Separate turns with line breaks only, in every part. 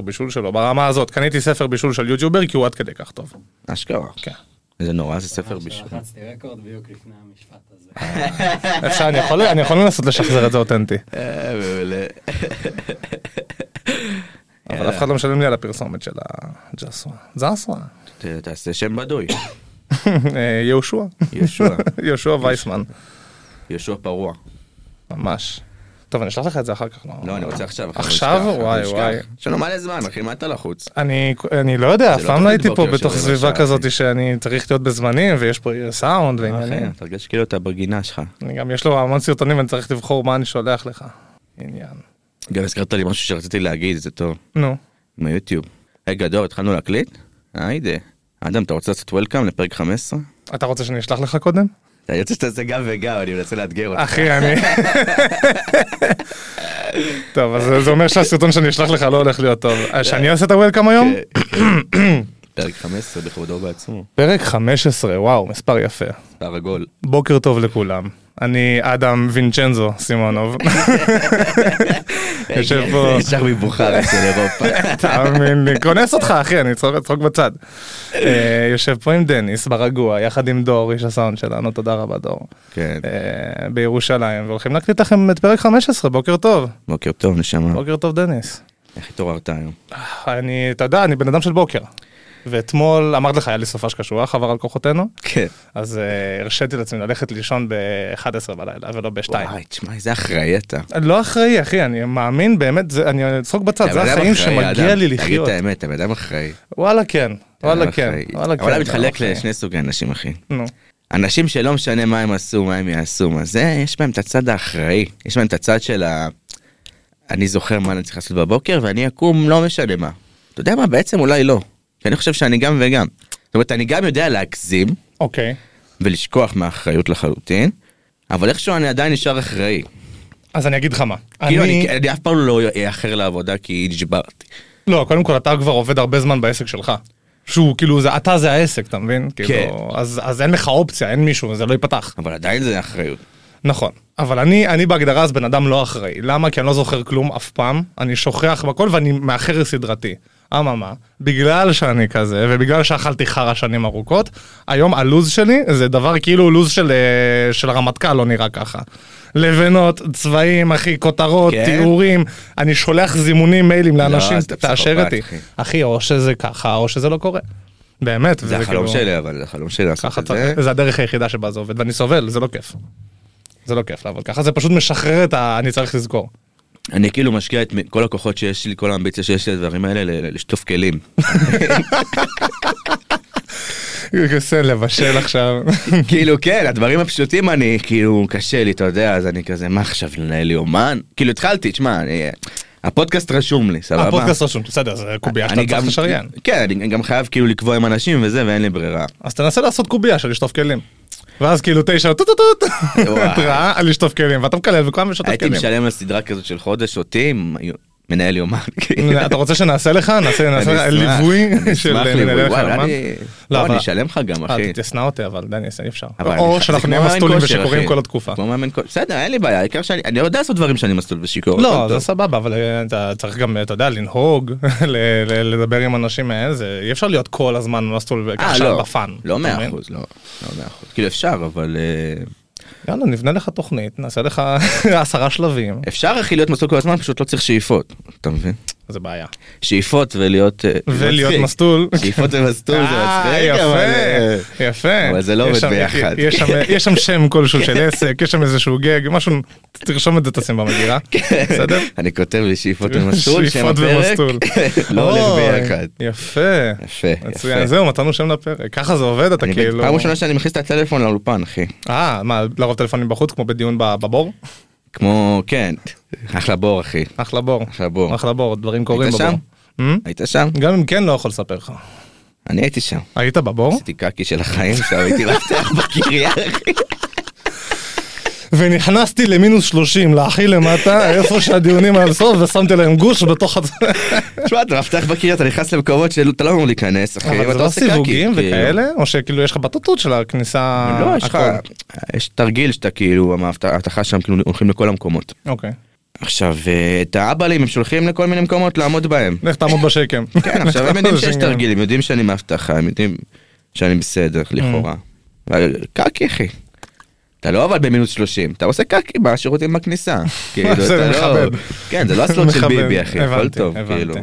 בישול שלו, ברמה הזאת. קניתי ספר בישול של יוטיובר כי הוא עד כדי כך טוב.
אשכרה.
כן. אה,
זה נורא, זה ספר אה, בשביל...
לחצתי רקורד בדיוק לפני המשפט הזה.
אפשר, אני יכול- אני יכול לנסות לשחזר את זה אותנטי.
אה, מעולה.
אבל אף אחד לא משלם לי על הפרסומת של הג'סווה. זעסווה.
ת- תעשה שם בדוי.
אה, יהושע.
יהושע.
יהושע וייסמן.
יהושע פרוע.
ממש. טוב, אני אשלח לך את זה אחר כך.
לא, אני רוצה עכשיו. אחי,
עכשיו?
לא נשכח,
וואי
לא
וואי.
נשכח. יש לנו מלא זמן, אחי, מה אתה לחוץ?
אני, אני לא יודע, אף
לא
פעם לא
תוכנית
הייתי פה
בוקר
בתוך
של רבע
סביבה
שעה,
כזאת
אחי.
שאני צריך להיות בזמנים ויש פה סאונד
אחי,
ועניינים.
אתה מרגיש כאילו אתה בגינה שלך.
אני גם יש לו המון סרטונים ואני צריך לבחור מה אני שולח לך. עניין.
גם הזכרת לי משהו שרציתי להגיד, זה טוב.
נו,
מיוטיוב. רגע, דור, התחלנו להקליט? היידה. אדם, אתה רוצה לעשות וולקאם לפרק 15?
אתה רוצה שאני אשלח לך קודם?
אתה רוצה שתעשה גם וגם, אני מנסה לאתגר אותך.
אחי, אני... טוב, אז זה- זה אומר שהסרטון שאני אשלח לך לא הולך להיות טוב. אה, שאני אעשה את הוולקאם היום?
כן, כן. פרק 15 בכבודו ובעצמו.
פרק 15, וואו, מספר יפה.
מספר עגול.
בוקר טוב לכולם. אני אדם וינצ'נזו סימונוב. יושב
כן.
פה...
ישר מבוכר אצל אירופה.
תאמין לי, קונס אותך אחי, אני אצחוק אצחוק בצד. אה, יושב פה עם דניס ברגוע, יחד עם דור, איש הסאונד שלנו, תודה רבה דור.
כן.
אה, בירושלים, והולכים להקליט לכם את פרק 15, בוקר טוב.
בוקר טוב, נשמה.
בוקר טוב דניס.
איך התעוררת היום?
אני, אתה יודע, אני בן אדם של בוקר. ואתמול, אמרתי לך, היה לי סופש קשוח, עבר על כוחותינו,
כן.
אז אה, הרשיתי לעצמי ללכת לישון ב-11 בלילה ולא ב-2.
וואי, תשמע, איזה אחראי אתה.
לא אחראי אחי, אני מאמין באמת, זה- אני אצחוק בצד, זה
אתה בן אדם
החיים
כן, אחראי,
שמגיע
אדם.
לי
תגיד
לחיות.
את האמת, אתה בן אדם אחראי.
וואלה כן,
אתה בן
וואלה
אדם
כן,
אחראי.
וואלה כן.
העולם מתחלק
אחי.
לשני סוגי אנשים, אחי.
נו.
אנשים שלא משנה מה הם עשו, מה הם יעשו, מה זה, יש בהם את הצד האחראי. יש בהם את הצד של ה... אני זוכר מה אני צריך לעשות בבוקר ואני אקום לא משנה מה. אתה יודע מה, בעצם אולי לא. כי אני חושב שאני גם וגם. זאת אומרת, אני גם יודע להגזים
אוקיי.
ולשכוח מהאחריות לחלוטין, אבל איכשהו אני עדיין נשאר אחראי.
אז אני אגיד לך מה.
כאילו,
אני...
אני, אני אף פעם לא אאחר לעבודה כי נשברתי.
לא, קודם כל אתה כבר עובד הרבה זמן בעסק שלך. שהוא כאילו זה אתה זה העסק אתה מבין
כן.
כאילו אז אז אין לך אופציה אין מישהו זה לא ייפתח
אבל עדיין זה אחריות.
נכון אבל אני אני בהגדרה אז בן אדם לא אחראי למה כי אני לא זוכר כלום אף פעם אני שוכח בכל ואני מאחר סדרתי אממה בגלל שאני כזה ובגלל שאכלתי חרא שנים ארוכות היום הלוז שלי זה דבר כאילו לוז של אה, של הרמטכ"ל לא נראה ככה לבנות צבעים אחי כותרות
כן?
תיאורים אני שולח זימונים מיילים לאנשים
אתה
תאשר
פסיכופת,
אותי
אחי.
אחי או שזה ככה או שזה לא קורה. באמת
זה
וזה
החלום
כאילו-
שלי, אבל זה החלום שלי לעשות
ככה
את זה.
צריך, זה הדרך היחידה שבה זה עובד, ואני סובל, זה לא כיף. זה לא כיף לעבוד ככה, זה פשוט משחרר את ה... אני צריך לזכור.
אני כאילו משקיע את כל הכוחות שיש לי, כל האמביציה שיש לי לדברים האלה, ל- לשטוף כלים.
כנסה לבשל עכשיו.
כאילו כן הדברים הפשוטים אני כאילו קשה לי אתה יודע אז אני כזה מה עכשיו לנהל יומן כאילו התחלתי תשמע אני, הפודקאסט רשום לי סבבה.
הפודקאסט רשום, בסדר, זה קובייה שאתה
אני
צריך
גם-
לשריין. לא
כן אני גם חייב כאילו לקבוע עם אנשים וזה ואין לי ברירה.
אז תנסה לעשות קובייה של לשטוף כלים. ואז כאילו תשע טוטוטוט,
וואי.
התראה על לשטוף כלים, ואתה מקלל וכולם משטוף
הייתי
כלים.
משלם על סדרה כזאת של חודש אותי עם מנהל יומן. כאילו.
אתה רוצה שנעשה לך? נעשה
אני
נעשה
אשמח, אני
ליווי
אשמח
של
ליווי.
נראה לך
וואי,
מה?
אני-
לא,
לא
אבל-
אני אשלם לך גם
אה,
אחי.
אתה תשנא אותי אבל דני, אי אפשר.
אבל אני-
או
זה
שאנחנו
כמו
נהיה
מאמן
מסטולים
כושר,
ושיכורים
אחי.
כל התקופה.
כמו מאמן כושר. בסדר אין לי בעיה העיקר שאני אני יודע לעשות דברים שאני מסלול ושיכור.
לא,
הכל
זה
כן, טוב.
סבבה, אבל אה, אתה צריך גם, אתה יודע, לנהוג, ל- ל- לדבר עם אנשים, אה, זה- אי אפשר להיות כל הזמן מסטול
אה,
וככה
לא,
בפאן.
לא
אתה
מאה
מבין?
אחוז, לא, לא מאה אחוז. כאילו אפשר, אבל אה,
יאללה, נבנה לך תוכנית, נעשה לך עשרה שלבים,
אפשר אחי להיות מסלול כל הזמן, פשוט לא צריך שאיפות, אתה מבין?
זה בעיה.
שאיפות ולהיות... אה,
ולהיות
מצחיק.
מסטול.
שאיפות ומסטול זה
אה,
מצחיק, אבל... אה,
יפה, יפה.
אבל זה לא
יש
עובד
שם-
ביחד.
יש שם- יש שם שם כלשהו של עסק, יש שם איזשהו גג, משהו, תרשום את זה, תשים במגירה, בסדר?
אני כותב לי שאיפות כן. ומסטול, שם
שאיפות
הפרק,
ומסטול.
לא
אוי,
הולך ביחד.
יפה.
יפה,
מצוין,
יפה.
זהו, מצאנו שם לפרק. ככה זה עובד, אתה
אני ב-
כאילו...
פעם ראשונה שאני מכניס את הטלפון לאולפן, אחי.
אה, מה, לרוב טלפונים בחוץ, כמו בדיון בב- בבור?
כמו, כן, אחלה בור, אחי.
אחלה בור.
אחלה בור.
אחלה בור, דברים קורים
היית אה?
בבור. Hmm?
היית שם?
גם אם כן, לא יכול לספר לך.
אני הייתי שם.
היית בבור?
עשיתי קקי של החיים שם, הייתי מבטיח בקריה, אחי.
ונכנסתי למינוס 30, להכי למטה, איפה שהדיונים על סוף, ושמתי להם גוש בתוך... הצ-
כאילו, תשמע, אתה מפתח בקיר, אתה נכנס למקומות שאתה לא אמור להיכנס, אחי.
אבל
ואתה
זה לא
עושה קקי,
סיווגים
כאילו.
וכאלה? או שכאילו יש לך בטוטות של הכניסה...
לא, יש לך,
הכל?
יש תרגיל שאתה כאילו, המאבטחה שם כאילו הולכים לכל המקומות.
אוקיי.
עכשיו, אה, את האבלים הם שולחים לכל מיני מקומות לעמוד בהם.
לך תעמוד בשקם.
כן, עכשיו הם יודעים שיש
זה
תרגילים, יודעים שאני מאבטחה, הם יודעים שאני בסדר, לכאורה.
Mm.
אבל קקי, אחי. אתה לא אבל במינוס 30, אתה עושה קקי בשירותים בכניסה. כאילו,
זה
אתה לא...
מכבד.
כן, זה לא הסלוט של
מכבד.
ביבי, אחי, הכל
הבנתי,
טוב,
הבנתי.
כאילו.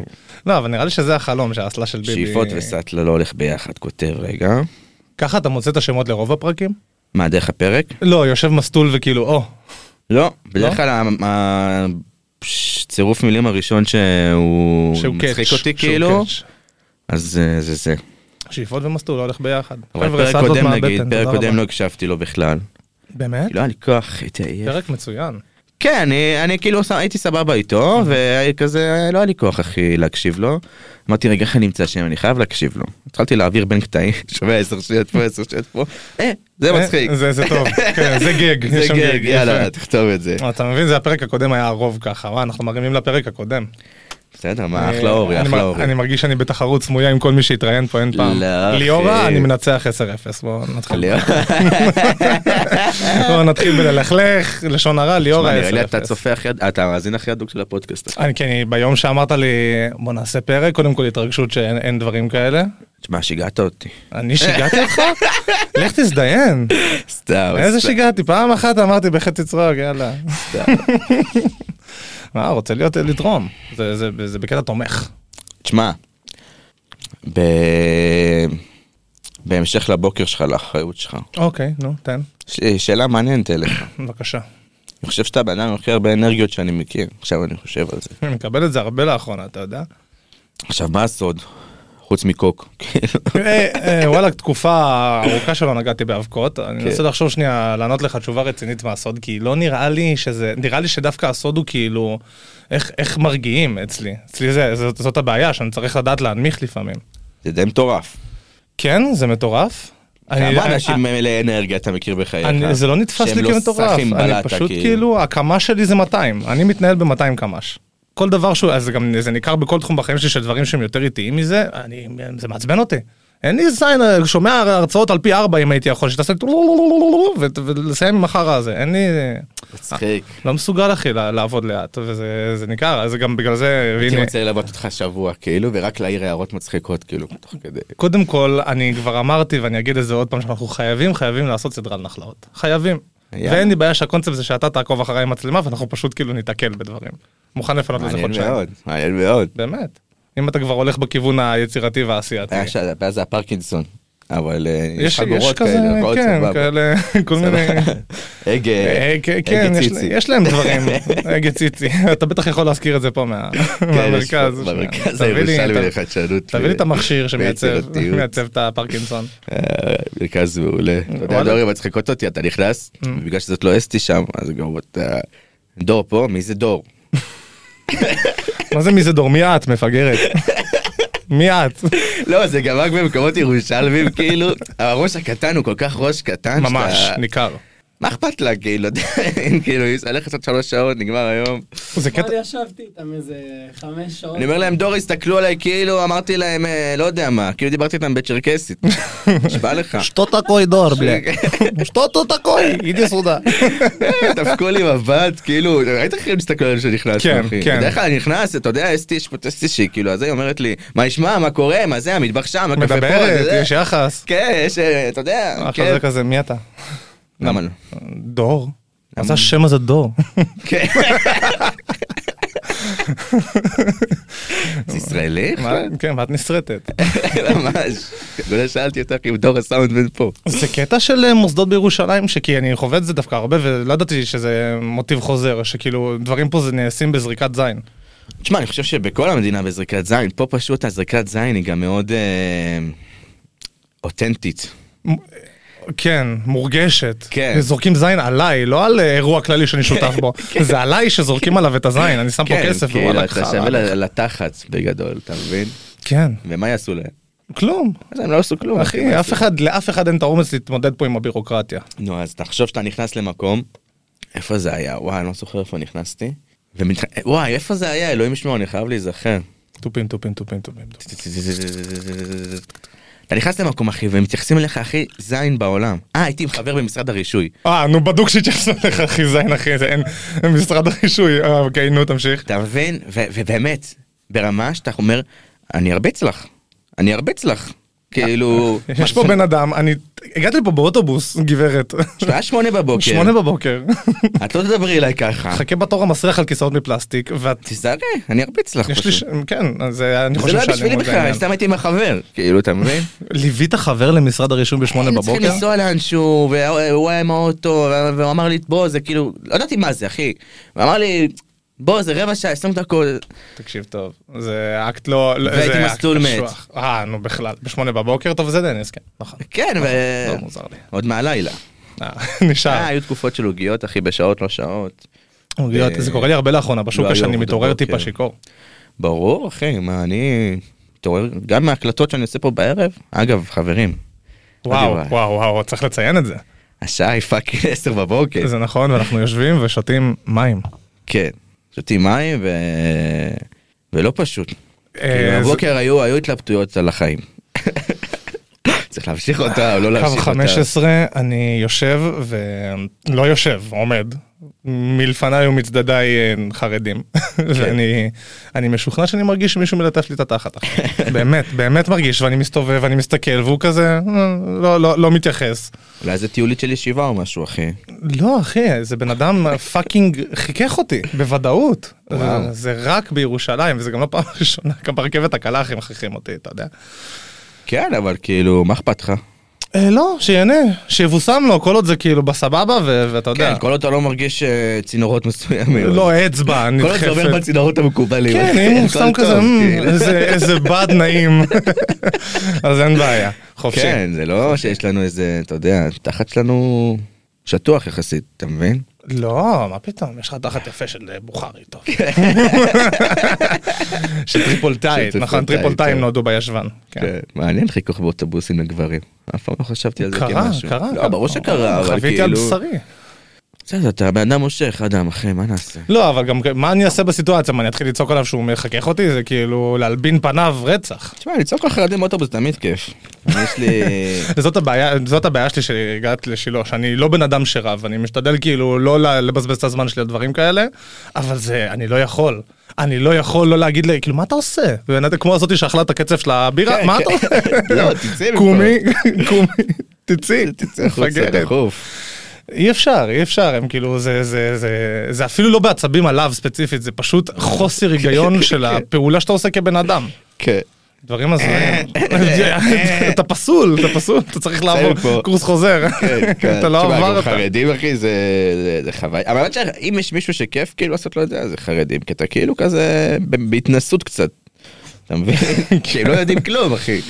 לא, אבל נראה לי שזה החלום שהאסלה של ביבי.
שאיפות וסאטלה לא הולך ביחד, כותב רגע.
ככה אתה מוצא את השמות לרוב הפרקים?
מה, דרך הפרק?
לא, יושב מסטול וכאילו, או,
לא, בדרך
לא?
כלל ה- ה- ש- צירוף מילים הראשון שהוא
שהוא קאץ'.
מצחיק אותי
שהוא
כאילו,
קאץ'.
אז אה, זה זה.
שאיפות ומסטול לא הולך ביחד.
אבל
חבר'ה,
פרק
סדלות
קודם
מהבטן,
נגיד,
תודה
פרק קודם
רבה.
לא הקשבתי לו בכלל.
באמת?
לא היה לי כוח, הייתי עייף.
פרק מצוין.
כן, אני- אני כאילו ס- הייתי סבבה
אוקיי.
איתו, וכזה לא היה לי כוח אחי להקשיב לו. אמרתי רגע איך אני אמצא שם, אני חייב להקשיב לו. התחלתי להעביר בין קטעים, שווה עשר שניות פה, עשר שניות פה, אה, זה
אה,
מצחיק.
זה זה טוב, כן, זה גג.
זה
יש שם
גג, יאללה,
יפה. אה,
תכתוב את זה.
אתה מבין, זה הפרק הקודם היה הרוב ככה, וואי, אנחנו מרימים לפרק הקודם.
בסדר, מה,
אה,
אחלה אורי,
אני
אחלה
מ-
אורי.
אני מרגיש שאני בתחרות סמויה עם כל מי שהתראיין פה, אין פעם.
לא, אחי.
ליאורה, אני מנצח 10-0, בואו נתחיל.
ליאור.
בואו נתחיל בללכלך, לשון הרע,
שמע,
ליאורה 10-0.
נראה לי אתה צופה הכי, אתה המאזין הכי הדוק של הפודקאסט. אחי.
אני כן, ביום שאמרת לי, בוא נעשה פרק, קודם כל התרגשות שאין אין דברים כאלה.
תשמע, שיגעת אותי.
אני שיגעתי אותך? לך תזדיין.
סתם.
אה, איזה
סתם,
שיגעתי? פעם אחת אמרתי בחצי צרוג, יאללה.
סתם.
מה, רוצה להיות אה, לתרום. זה- זה זה בקטע תומך.
תשמע, ב... בהמשך לבוקר שלך, לאחריות שלך.
אוקיי, נו, תן.
יש לי שאלה מעניינת אליך.
בבקשה.
אני חושב שאתה בן אדם הכי הרבה אנרגיות שאני מכיר. עכשיו אני חושב על זה.
אני מקבל את זה הרבה לאחרונה, אתה יודע?
עכשיו, מה הסוד? חוץ מקוק. כאילו.
אה, אה, וואלה, תקופה ארוכה שלא נגעתי באבקות. אני
כן.
מנסה לחשוב שנייה, לענות לך תשובה רצינית מהסוד, כי לא נראה לי שזה, נראה לי שדווקא הסוד הוא כאילו, איך- איך מרגיעים אצלי. אצלי זה- זאת זאת הבעיה, שאני צריך לדעת להנמיך לפעמים.
זה די מטורף.
כן, זה מטורף. אני-
כמה
אני-
אנשים מלאי אנרגיה אתה מכיר בחייך?
אני, זה לא נתפס
שהם
לי
לא
כמטורף,
סאחים
אני
בלטה,
פשוט
כאילו.
כאילו, הקמ"ש שלי זה 200, אני מתנהל ב-200 קמ"ש. כל דבר שהוא, אז זה גם זה ניכר בכל תחום בחיים שלי שדברים שהם יותר איטיים מזה, אני, זה מעצבן אותי. אין לי זין, אה, שומע הרצאות על פי ארבע אם הייתי יכול, שתעשה טו-לו-לו-לו-לו-לו, ו- ולסיים עם החרא הזה, אין לי,
מצחיק.
לא מסוגל אחי לה- לעבוד לאט, וזה זה ניכר, אז זה גם בגלל זה,
הייתי
והנה,
רוצה ללוות אותך שבוע, כאילו, ורק להעיר הערות מצחיקות, כאילו, תוך כדי.
קודם כל, אני כבר אמרתי ואני אגיד את זה עוד פעם, שאנחנו חייבים, חייבים לעשות סדרה על נחלאות. חייבים.
יאללה.
ואין לי בעיה שהקונספט זה שאתה תעקוב אחריי עם מצלמה ואנחנו פשוט כאילו ניתקל בדברים. מוכן לפנות לזה
מעניין
חודשיים.
מאוד, מעניין מאוד.
באמת. אם אתה כבר הולך בכיוון היצירתי והעשייתי.
היה שה- הבעיה זה הפרקינסון, אבל אה,
יש,
יש
יש
חגורות
כזה,
כאלה, אה, הכל
כן,
סבבה.
כאלה, כל מיני,
הגה,
אה, כן, כן,
הגה
יש-
ציצי.
יש להם דברים, הגה ציצי, אתה בטח יכול להזכיר את זה פה מה-
כן, יש
מהמרכז,
פה-
שנייה.
במרכז
תביא לי-
הירושלמי
ת-
לחדשנות.
תביא לי את
ו-
המכשיר שמייצב
ויצירתיות.
מייצב את הפרקינסון.
אה, מרכז מעולה. אתה יודע,
וואלה. Mm.
דורי מצחיקות אותי, אתה נכנס, בגלל שזאת לא אסתי שם, אז גם אתה... דור פה, מי זה דור?
מה זה מי זה דור? מי את מפגרת? מי את?
לא, זה גם רק במקומות ירושלמים, כאילו, הראש הקטן הוא כל כך ראש קטן, שאתה-
ממש, ניכר.
מה אכפת לה, כאילו, אין, כאילו, היא הולכת עוד שלוש שעות, נגמר היום.
זה
אתמול
קטע,
ישבתי איתם איזה חמש שעות.
אני אומר להם, דור, הסתכלו עליי, כאילו, אמרתי להם, אה, לא יודע מה, כאילו דיברתי איתם בצ'רקסית. נשבע לך.
Что такое дор, блядь? Что тут такое? Иди сюда.
דפקו כן, לי מבט, כאילו, ראית איך הם הסתכלו עליהם שנכנסנו,
כן,
אחי?
כן.
בדרך כלל אני נכנס, אתה יודע, אסתי, יש פה טסטי שהיא, כאילו, אז היא אומרת לי, מה נשמע, מה קורה, מה זה, המטבח שם, הקפה פה,
מדברת,
זה זה."
יש יחס.
כן, יש, אה, אתה יודע,
אחרי
כן.
זה כזה, מי אתה?
למה לא?
דור. מה זה השם הזה דור?
כן. זה ישראלי? כן,
מה- כן, ואת נסרטת.
ממש. אולי שאלתי אותך אם דור הסאונדמן פה.
זה קטע של אה, מוסדות בירושלים, שכי אני חווה את זה דווקא הרבה, ולא ידעתי שזה מוטיב חוזר, שכאילו דברים פה זה נעשים בזריקת זין.
תשמע, אני חושב שבכל המדינה בזריקת זין, פה פשוט הזריקת זין היא גם מאוד אה, אותנטית.
כן, מורגשת.
כן.
זורקים זין עליי, לא על אה, אירוע כללי שאני שותף בו. זה עליי שזורקים עליו את הזין, אני שם פה כסף,
כן. כאילו,
ווואלה,
אתה
חרא.
שווה ל- לתחץ בגדול, אתה מבין?
כן,
ומה יעשו להם?
כלום.
אז הם לא עשו כלום, מה
אחי,
יעשו?
אף אחד, לאף אחד אין את האומץ להתמודד פה עם הבירוקרטיה.
נו, אז תחשוב שאתה נכנס למקום, איפה זה היה? וואי, אני לא זוכר איפה נכנסתי. ומת- וואי, איפה זה היה? אלוהים ישמעו, אני חייב להיזכר.
תופים, תופים, תופים, תופים. תופים.
אתה נכנס למקום אחי והם מתייחסים אליך הכי זין בעולם. אה הייתי עם חבר במשרד הרישוי.
אה, נו, בדוק שהתייחסו אליך אחי זין אחי, זה אין, משרד הרישוי, אה, אוקיי, נו, תמשיך.
אתה מבין? ו- ובאמת, ברמה שאתה אומר, אני ארביץ לך, אני ארביץ לך. כאילו,
יש פה בן אדם, אני, הגעתי לפה באוטובוס, גברת.
שעה שמונה בבוקר,
שמונה בבוקר.
את לא תדברי אליי ככה,
חכה בתור המסריח על כיסאות מפלסטיק, ואת...
תיזהרי, אני ארביץ לך
יש לי... ש-
פשוט.
כן, אז אה, אני
זה
חושב
לא היה בשבילי
שהאלימות זה
בכלל,
העניין.
סתם הייתי עם החבר, כאילו, אתה מבין?
ליווית חבר למשרד הרישום בשמונה
הם צריכים
בבוקר?
כן, לנסוע לאנשהו, והוא היה עם האוטו, והוא אמר לי, בוא, זה כאילו, לא ידעתי מה זה, אחי. הוא אמר לי, בוא, זה רבע שעה, עשרים דקות.
תקשיב טוב, זה אקט לא... לא-
והייתי
זה אקט
מסלול מת.
קשוח. אה, נו בכלל, בשמונה בבוקר, טוב זה דניס, כן, נכון.
כן, ו...
לא מוזר לי.
עוד מהלילה.
אה,
אה,
נשאר.
היו תקופות של עוגיות, אחי, בשעות לא שעות.
עוגיות, זה קורה לי הרבה לאחרונה בשוק
לא היום,
שאני מתעורר
בבוקר.
טיפה שיכור.
ברור, אחי, מה, אני מתעורר, גם מההקלטות שאני עושה פה בערב, אגב, חברים,
וואו,
דיברתי.
וואו, וואו, צריך לציין את זה.
השעה היא פאק 10 בבוקר.
זה נכון, ואנחנו יושבים ושותים מים.
כן, שותים מים ו... ולא פשוט.
אה, זה-
הבוקר היו, היו התלבטויות על החיים. צריך להמשיך אותה או לא
קו
להמשיך אותה.
15, אני יושב ולא יושב, עומד. מלפניי ומצדדיי אה, חרדים.
כן.
ואני אני משוכנע שאני מרגיש שמישהו מלטף לי את התחת. אחי. באמת, באמת מרגיש, ואני מסתובב ואני מסתכל, והוא כזה "אה, לא- לא לא מתייחס.
אולי זה טיולית של ישיבה או משהו, אחי.
לא, אחי, זה בן אדם פאקינג חיכך אותי, בוודאות.
וואו.
זה- זה רק בירושלים, וזה גם לא פעם ראשונה, גם ברכבת הקלה אחי מכריחים אותי, אתה יודע.
כן, אבל כאילו, מה אכפת לך?
אה, לא, שיהנה, שיבושם לו, כל עוד זה כאילו בסבבה, ו- ואתה יודע.
כן, כל עוד אתה לא מרגיש אה, צינורות מסוימים.
לא אצבע
כאילו. כל עוד זה עובר
נדחפת.
בצינורות המקובלים.
כן,
אחי,
אם
הכל
סתם
טוב,
כזה, "מ,
כאילו.
איזה- איזה בד נעים. אז אין בעיה, חופשי.
כן, זה לא שיש לנו איזה, אתה יודע, תחת שלנו שטוח יחסית, אתה מבין?
לא, מה פתאום, יש לך תחת יפה של אה, בוכרי טוב. של טריפולטאית,
כן. של
נכון,
טריפולטאית,
טריפולטאים
כן.
נועדו בישבן. כן.
מעניין חיכוך באוטובוסים לגברים. אף פעם לא חשבתי על זה
קרה,
כמשהו.
קרה.
לא, ברור שקרה, אבל
חוויתי על
כאילו...
בשרי.
בסדר, אתה בן אדם מושך, אדם, אחי, מה נעשה?
לא, אבל גם מה אני אעשה בסיטואציה? מה, אני אתחיל לצעוק עליו שהוא מחכך אותי? זה כאילו להלבין פניו רצח.
תשמע, לצעוק על חרדים באוטובוס תמיד כיף. יש לי...
זאת הבעיה, זאת הבעיה שלי שהגעת לשילה, שאני לא בן אדם שרב, אני משתדל כאילו לא ל- לבזבז את הזמן שלי על דברים כאלה, אבל זה, אני לא יכול. אני לא יכול לא להגיד לי, כאילו, מה אתה עושה? בן אדם כמו הזאתי שאכלה את הקצף של הבירה,
כן,
מה
כן.
אתה עושה?
לא, תצא מפה.
קומי, קומי, תצאי, תצאי
החוצה,
מפגרת.
דחוף.
אי אפשר, אי אפשר, הם כאילו, זה, זה, זה, זה אפילו לא בעצבים עליו ספציפית, זה פשוט חוסר היגיון של הפעולה שאתה עושה כבן אדם.
כן.
דברים הזויים. אתה פסול, אתה פסול, אתה צריך לעבור
מפה.
קורס חוזר.
כן, כן.
אתה לא
תשמע, גם
עבר אותה.
חרדים אחי זה זה- זה חוויה אבל האמת שאם יש מישהו שכיף כאילו לעשות לו את זה אז זה חרדים כי אתה כאילו כזה ב- בהתנסות קצת. אתה מבין? כי הם לא יודעים כלום אחי.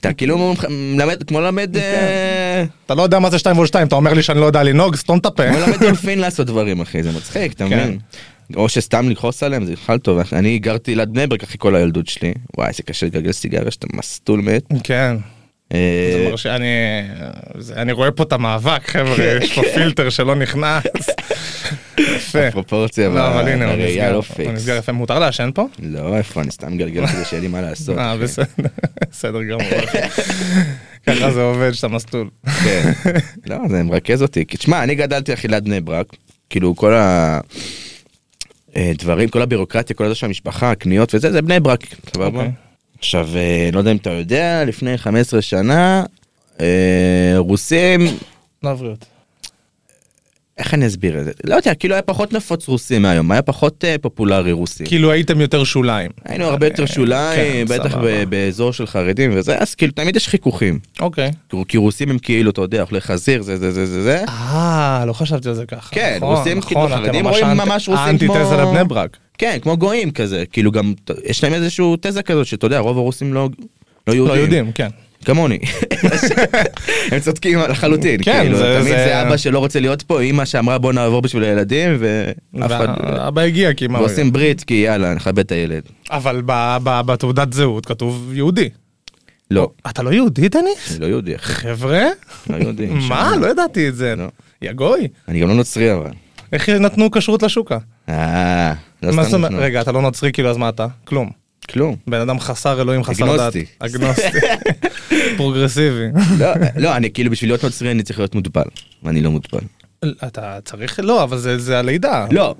אתה כאילו מלמד כמו למד
כן.
אה,
אתה לא יודע מה זה 2 ועוד 2, אתה אומר לי שאני לא יודע לנהוג, סתום את הפה.
כמו למד דולפין לעשות דברים אחי זה מצחיק אתה
כן.
מבין. או שסתם לכעוס עליהם זה בכלל טוב אחי. אני גרתי ליד בני ברק אחי כל הילדות שלי וואי זה קשה לגלגל סיגריה שאתה מסטול מת.
כן.
אה,
זה מרש- אני- זה- אני רואה פה את המאבק, חבר'ה,
כן.
יש פה פילטר שלא נכנס. יפה.
הפרופורציה
לא, אבל הנה, הוא
והראייה
נסגר,
לא
הוא
פיקס.
נסגר יפה. מותר לעשן פה?
לא איפה אני סתם גלגל כדי שיהיה לי מה לעשות.
אה,
אחי.
בסדר, בסדר גמור. ככה זה עובד, שאתה מסטול.
כן. לא, זה מרכז אותי. כי תשמע, אני גדלתי אחי ליד בני ברק, כאילו כל הדברים, כל הבירוקרטיה, כל הזה של המשפחה, הקניות וזה, זה בני ברק, סבבה?
אוקיי.
עכשיו, אה, לא יודע אם אתה יודע, לפני 15 שנה, אה, רוסים,
לא בריאות.
איך אני אסביר את זה? לא יודע, כאילו היה פחות נפוץ רוסים מהיום, היה פחות אה, פופולרי רוסים.
כאילו הייתם יותר שוליים.
היינו הרבה יותר שוליים,
כן,
בטח
סבבה.
ב- באזור של חרדים וזה, אז כאילו תמיד יש חיכוכים.
אוקיי.
כי רוסים הם כאילו, אתה יודע, אוכלי חזיר, זה זה זה זה זה.
אה, לא חשבתי על זה ככה.
כן,
נכון,
רוסים
נכון,
כאילו
אתם
חרדים
ממש
רואים
האנט-
ממש רוסים
האנטיתזה
כמו-
לבני ברק.
כן, כמו גויים כזה, כאילו גם, ת- יש להם איזשהו תזה כזאת, שאתה יודע, רוב הרוסים לא, לא יהודים.
לא יודעים, כן.
כמוני. הם צודקים לחלוטין,
כן,
כאילו,
זה-
תמיד
זה-
זה אבא שלא רוצה להיות פה, אימא שאמרה בוא נעבור בשביל הילדים, ואף אחד...
אבא הגיע כי מה... הוא
ועושים ברית כי יאללה נכבד את הילד.
יגיד? אבל ב- ב- בתעודת זהות כתוב יהודי.
לא,
אתה לא יהודי, דניס?
אני לא יהודי, אחי,
חבר'ה?
לא יהודי.
מה?
שם.
לא ידעתי את זה.
לא.
יא גוי.
אני גם לא נוצרי אבל.
איך נתנו כשרות לשוקה?
אה, לא
מה
סתם
זאת אומרת?
נתנו.
רגע, אתה לא נוצרי, כאילו, אז מה אתה? כלום.
כלום.
בן אדם חסר אלוהים, חסר דת.
אגנוסטי.
אגנוסטי. פרוגרסיבי.
לא, לא, אני כאילו בשביל להיות נוצרי אני צריך להיות מוטבל, ואני לא מוטבל.
אתה צריך, לא, אבל זה- זה הלידה.
לא.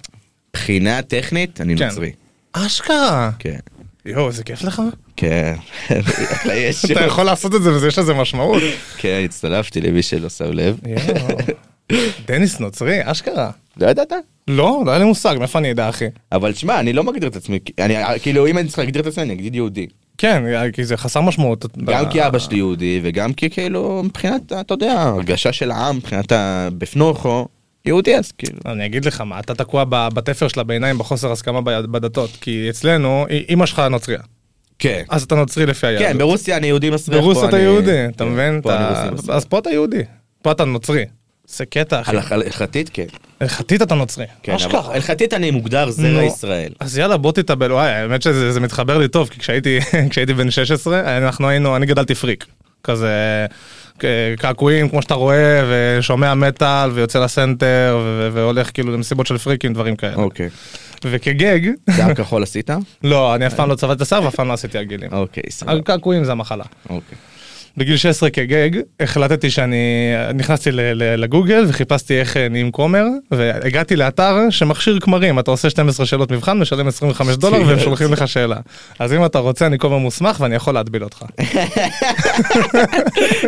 מבחינה טכנית אני
אה. כן.
נוצרי.
אשכרה.
כן.
יואו, זה כיף לך?
כן. אתה יש
אתה יכול לעשות את זה וזה יש לזה משמעות.
כן, הצטלפתי למי שלא שם לב.
יואו. דניס נוצרי, אשכרה.
לא ידעת?
לא, לא היה לי מושג, מאיפה אני אדע, אחי?
אבל שמע, אני לא מגדיר את עצמי, כ- אני כאילו אם אני צריך להגדיר את עצמי אני אגיד יהודי.
כן, כי זה חסר משמעות.
גם כי אבא שלי יהודי וגם כי כאילו מבחינת, אתה יודע, הרגשה של העם, מבחינת ה... בפנוכו, יהודי אז כאילו.
אני אגיד לך מה, אתה תקוע ב- בתפר של הביניים בחוסר הסכמה ב- בדתות, כי אצלנו, אי- אימא שלך נוצריה,
כן.
אז אתה נוצרי לפי היהדות.
כן, ברוסיה אני יהודי מסריח.
ברוסיה
פה
אתה
אני-
יהודי, אתה
כן,
מבין?
פה אני
אתה-
רוסי מסריח.
אז פה אתה יהודי, פה אתה נוצרי. זה קטע, אחי.
הלכ- הלכתית כן.
הלכתית אתה נוצרי.
כן,
אשכרה.
אבל הלכתית אני מוגדר זרע
נו.
לא ישראל.
אז יאללה בוא תתאבל, וואי האמת שזה זה מתחבר לי טוב כי כשהייתי כשהייתי בן 16 אנחנו היינו אני גדלתי פריק כזה כ- קעקועים כמו שאתה רואה ושומע מטאל ויוצא לסנטר ו- ו- והולך כאילו למסיבות של פריקים דברים כאלה
אוקיי.
וכגג
שיער כחול עשית?
לא אני אף פעם לא צבעתי את השיער ואף פעם לא עשיתי עגילים.
אוקיי,
אבל
סבבה.
קעקועים זה המחלה.
אוקיי.
בגיל 16 כגג החלטתי שאני נכנסתי ל- ל- לגוגל וחיפשתי איך אה, נהיים כומר והגעתי לאתר שמכשיר כמרים אתה עושה 12 שאלות מבחן משלם 25 דולר והם
שטויות.
שולחים לך שאלה אז אם אתה רוצה אני כומר מוסמך ואני יכול להטביל אותך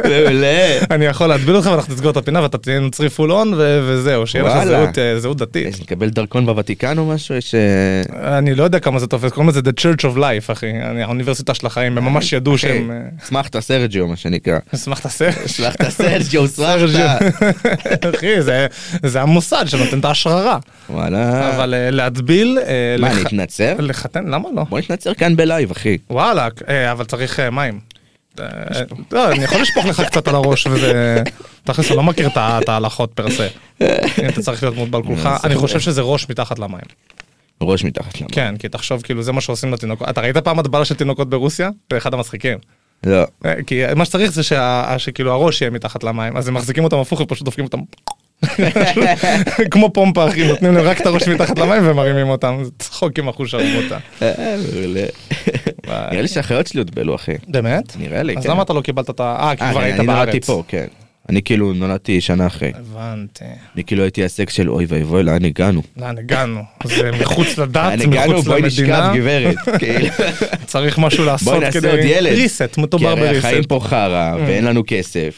מעולה.
אני יכול להטביל אותך ואנחנו נסגור את הפינה ואתה תהיה נוצרי פול און ו- וזהו שיהיה לך
וואלה.
זהות, אה, זהות דתית.
יש לקבל דרכון בוותיקן או משהו? יש... אה,
אני לא יודע כמה זה תופס קוראים לזה The Church of Life אחי אני- האוניברסיטה של החיים הם ממש ידעו
אוקיי.
שהם אה,
הצמחת סרג'יו מה שנקרא.
אשמח תעשה.
הצלחת סרג'יו, הצלחת.
אחי זה- זה המוסד שנותן את ההשררה.
וואלה.
אבל אה, להטביל, אה,
מה,
לח-
נתנצר?
לחתן, למה לא?
בוא נתנצר כאן בלייב אחי.
וואלה, אה, אבל צריך אה, מים. אה, לא, אני יכול לשפוך לך קצת על הראש וזה... תכלס, אני לא מכיר את ה- את ההלכות פר סה. אם אתה צריך להיות מוטבל כולך,
אה, זה
אני
חבל.
חושב שזה ראש מתחת למים.
ראש מתחת למה.
כן, כי תחשוב, כאילו, זה מה שעושים לתינוקות. אתה ראית פעם הטבלה של תינוקות ברוסיה? זה אחד המצחיקים.
לא.
אה, כי מה שצריך זה שה- שכאילו הראש יהיה מתחת למים, אז הם מחזיקים אותם הפוך ופשוט דופקים אותם. כמו פומפה אחי, נותנים להם רק את הראש מתחת למים ומרימים אותם, זה צחוקים אחוש הרמותה.
אה, מעולה.
וואי.
נראה לי שהאחיות שלי הוטבלו אחי.
באמת?
נראה לי,
אז
כן.
למה אתה לא קיבלת את ה... אה, כי
אה,
כבר
אני-
היית
אני
בארץ.
נולדתי פה, כן. אני כאילו נולדתי שנה אחרי.
הבנתי.
אני כאילו הייתי הסק של אוי ואי ואי לאן הגענו.
לאן הגענו? זה מחוץ לדת,
לאן הגענו
מחוץ
בואי
למדינה,
נשכב גברת. כאילו.
צריך משהו לעשות
בואי
כדי...
נעשה עוד ילד.
ריסט, מדובר
כי הרי החיים
בריסט.
פה
Mm.
חרא ואין לנו כסף.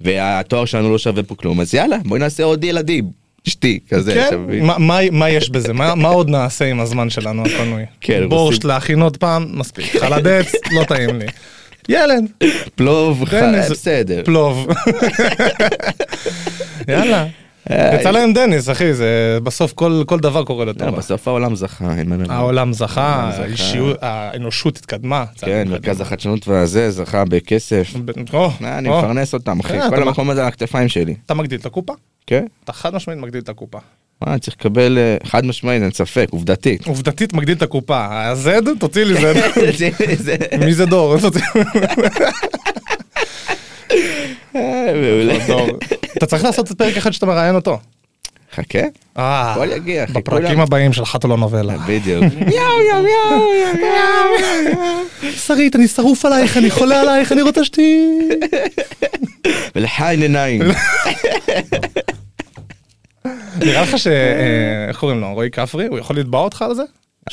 והתואר שלנו לא שווה פה כלום אז יאללה בואי נעשה עוד ילדים. אשתי כזה. אתה
כן,
מבין?
מה- מה- מה יש בזה? מה מה עוד נעשה עם הזמן שלנו הפנוי?
כן,
בורשט
רוצים- כן.
להכין עוד פעם, מספיק. חלד עץ, לא טעים לי. ילד,
פלוב
דניס,
חרא בסדר.
כן, פלוב. יאללה.
אה,
יצא להם דניס, אחי, זה בסוף כל כל דבר קורה
לא,
לטובה.
בסוף העולם זכה אין מה לומר.
העולם זכה,
העולם זכה.
האישיות- האנושות התקדמה.
כן מרכז החדשנות והזה זכה בכסף.
ב- או,
אה, אני
Mm. או.
מפרנס אותם אחי
אה,
כל
אתה-
המקום הזה על הכתפיים שלי.
אתה מגדיל את הקופה?
כן.
אתה חד משמעית מגדיל את הקופה.
אה, צריך לקבל אה, חד משמעית אין ספק עובדתית.
עובדתית מגדיל את הקופה. ה-Z, תוציא לי Z.
זה- זה-
מי זה דור? תוציא-
אה, מעולה.
דור. אתה צריך לעשות את פרק אחד שאתה מראיין אותו.
חכה.
אה,
הכל יגיע, אחי,
בפרקים
כולם. אה,
הבאים של חתולה נובלה.
בדיוק.
שרית, אני שרוף עלייך, אני חולה עלייך, אני רוצה שתהיי...
ולחיין עיניים.
נראה לך ש... אה, איך קוראים לו? רועי כפרי? הוא יכול לתבע אותך על זה?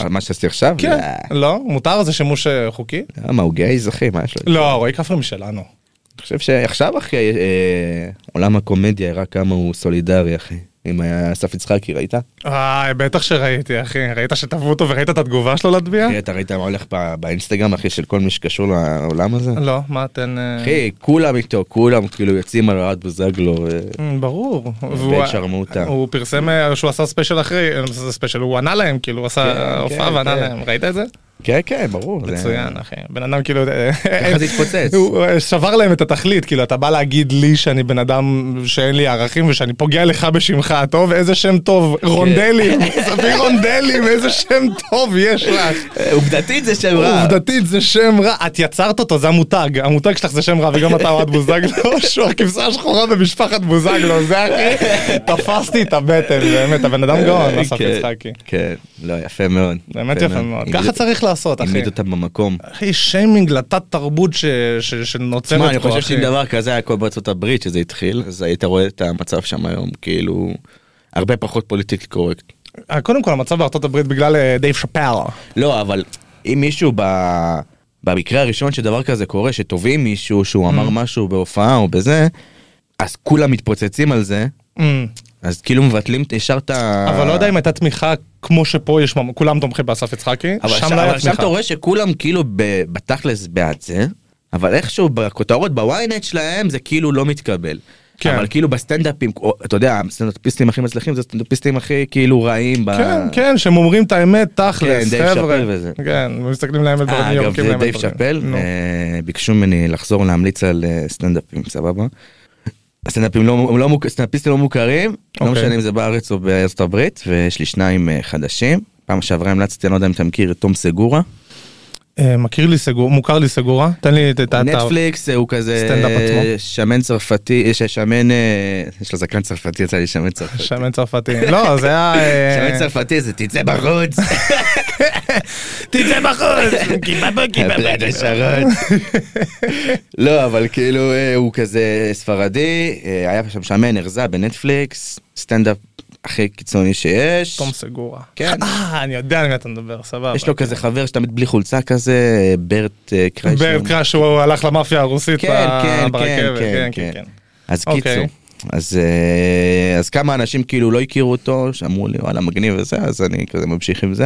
אה, מה שעשיתי עכשיו?
כן. לא? מותר? זה שימוש אה, חוקי?
לא, מה הוא גייז אחי מה יש לו?
לא, רועי כפרי משלנו.
אני חושב שעכשיו אחי אה, עולם הקומדיה הראה כמה הוא סולידרי אחי. עם אה, אסף יצחקי ראית?
אה, בטח שראיתי, אחי. ראית שתבעו אותו וראית את התגובה שלו להטביע?
אחי, אתה ראית מה הולך ב- באינסטגרם אחי של כל מי שקשור לעולם הזה?
לא, מה אתן... אה,
אחי כולם איתו כולם כאילו יוצאים על אוהד בוזגלו. אה,
אמ, ברור. והוא-
ואת שרמוטה.
הוא פרסם אה, שהוא עשה ספיישל אחרי, אה, זה ספיישל, הוא ענה להם, כאילו, הוא עשה
כן,
הופעה
כן,
וענה
כן.
להם. ראית את זה?
כן כן ברור. זה-
מצוין, אחי. בן אדם כאילו... אה,
ככה זה התפוצץ.
הוא אה, שבר להם את התכלית, כאילו, אתה בא להגיד לי שאני בן אדם שאין לי ערכים ושאני פוגע לך בשמך הטוב, איזה שם טוב, רונדלים,
כן.
ספיר רונדלים, איזה שם טוב יש לך.
אה, עובדתית זה שם רע.
עובדתית זה שם רע, את יצרת אותו, זה המותג, המותג שלך זה שם רע, וגם אתה אוהד בוזגלו, שהוא הכבשה השחורה במשפחת בוזגלו, זה אחי, תפסתי את הבטן, באמת, הבן אדם גאון, אסף
כן,
יצחקי.
כן, לא, יפה מאוד.
באמת יפה מאוד, ככה
אני-
צריך לעשות, אחי.
העמיד אותה במקום.
אחי, שיימינג לתת תרבות ש- ש- שנוצרת פה,
תשמע,
אחי.
אני חושב שאם דבר כזה היה קורה בארצות הברית שזה התחיל, אז היית רואה את המצב שם היום, כאילו, הרבה פחות פוליטיקלי קורקט.
אה, קודם כל, המצב בארצות הברית בגלל אה, דייב שאפל.
לא, אבל אם מישהו ב... במקרה הראשון שדבר כזה קורה, שתובעים מישהו שהוא אמר משהו בהופעה או בזה, אז כולם מתפוצצים על זה, אז כאילו מבטלים ישר את ה...
אבל לא יודע אם הייתה תמיכה כמו שפה יש, ממ- כולם תומכים באסף יצחקי,
אבל
שם לא
אבל
היה
שם
תמיכה.
אתה רואה שכולם כאילו ב- בתכלס בעד זה, אבל איכשהו בכותרות בוויינט שלהם זה כאילו לא מתקבל.
כן.
אבל כאילו בסטנדאפים, או, אתה יודע, הסטנדאפיסטים הכי מצליחים זה הסטנדאפיסטים הכי כאילו רעים. ב-
כן, כן, שהם אומרים את האמת, תכלס,
כן, דייב
חבר'ה.
שאפל וזה.
כן, מסתכלים להם
אה,
בדברים,
אגב,
יורקים
זה
להם
דייב
בדברים.
שאפל,
נו.
אה, ביקשו ממני לחזור להמליץ על אה, סטנדאפים, סבבה? הסטנדאפים לא, לא, מוכ- סטנדאפיסטים לא מוכרים, לא
אוקיי.
משנה אם זה בארץ או בארצות הברית, ויש לי שניים אה, חדשים. פעם שעברה המלצתי, אני לא יודע אם אתה מכיר את תום סגורה.
אה, מכיר לי סגור, מוכר לי סגורה? תן לי את את האתר.
נטפליקס אה, הוא כזה
סטנדאפ עצמו.
שמן צרפתי, אה, ששמן, אה, יש לו זקן צרפתי, יצא לי שמן צרפתי.
שמן צרפתי. לא, זה היה... אה,
שמן צרפתי זה תצא בחוץ,
תצא בחוץ! כיפה כיפה
הבלד השרות. לא, אבל כאילו אה, הוא כזה ספרדי, אה, היה שם שמן ארזה בנטפליקס, סטנדאפ הכי קיצוני שיש.
תום כן. סגורה.
כן.
אה, אני יודע על מי אתה מדבר, סבבה.
יש לו כזה חבר שתמיד בלי חולצה כזה, אה, ברט אה, קריישר.
ברד קראש, הוא הלך למאפיה הרוסית
כן, כן,
ב- ברכבת.
כן,
כן, כן, כן.
אז
אוקיי.
קיצור, אז, אה, אז כמה אנשים כאילו לא הכירו אותו, שאמרו לי וואלה מגניב וזה, אז אני כזה ממשיך עם זה.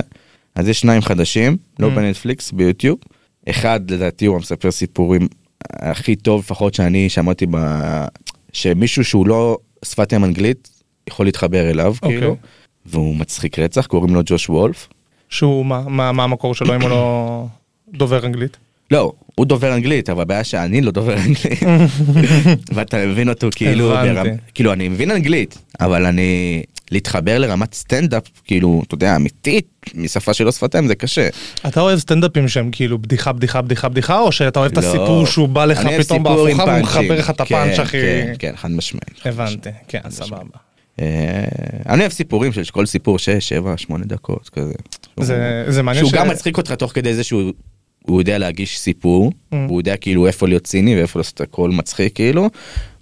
אז יש שניים חדשים,
Mm.
לא בנטפליקס, ביוטיוב. אחד לדעתי הוא המספר סיפורים הכי טוב לפחות שאני שמעתי ב... שמישהו שהוא לא שפת ים אנגלית יכול להתחבר אליו
אוקיי.
כאילו. והוא מצחיק רצח קוראים לו ג'וש וולף.
שהוא, מה- מה מה המקור שלו אם הוא לא דובר אנגלית?
לא, הוא דובר אנגלית, אבל הבעיה שאני לא דובר אנגלית. ואתה מבין אותו כאילו,
הבנתי.
ברמ... כאילו אני מבין אנגלית, אבל אני, להתחבר לרמת סטנדאפ, כאילו, אתה יודע, אמיתית, משפה שלא שפתיים זה קשה.
אתה אוהב סטנדאפים שהם כאילו בדיחה, בדיחה, בדיחה, בדיחה, או שאתה אוהב את
לא.
הסיפור שהוא בא לך
אני אוהב
פתאום
סיפור עם
בהפוכה והוא
פאנצ'ים.
מחבר לך את הפאנץ'
כן,
הכי...
כן, כן, חד משמעית. חד משמעית.
הבנתי, כן, סבבה.
אה, אני אוהב סיפורים של כל סיפור 6, 7, 8 דקות, כזה.
זה- זה מעניין
לא שהוא
ש-
גם מצחיק אותך תוך כדי זה שהוא הוא יודע להגיש סיפור,
Mm.
הוא יודע כאילו איפה להיות ציני ואיפה לעשות הכל מצחיק כאילו,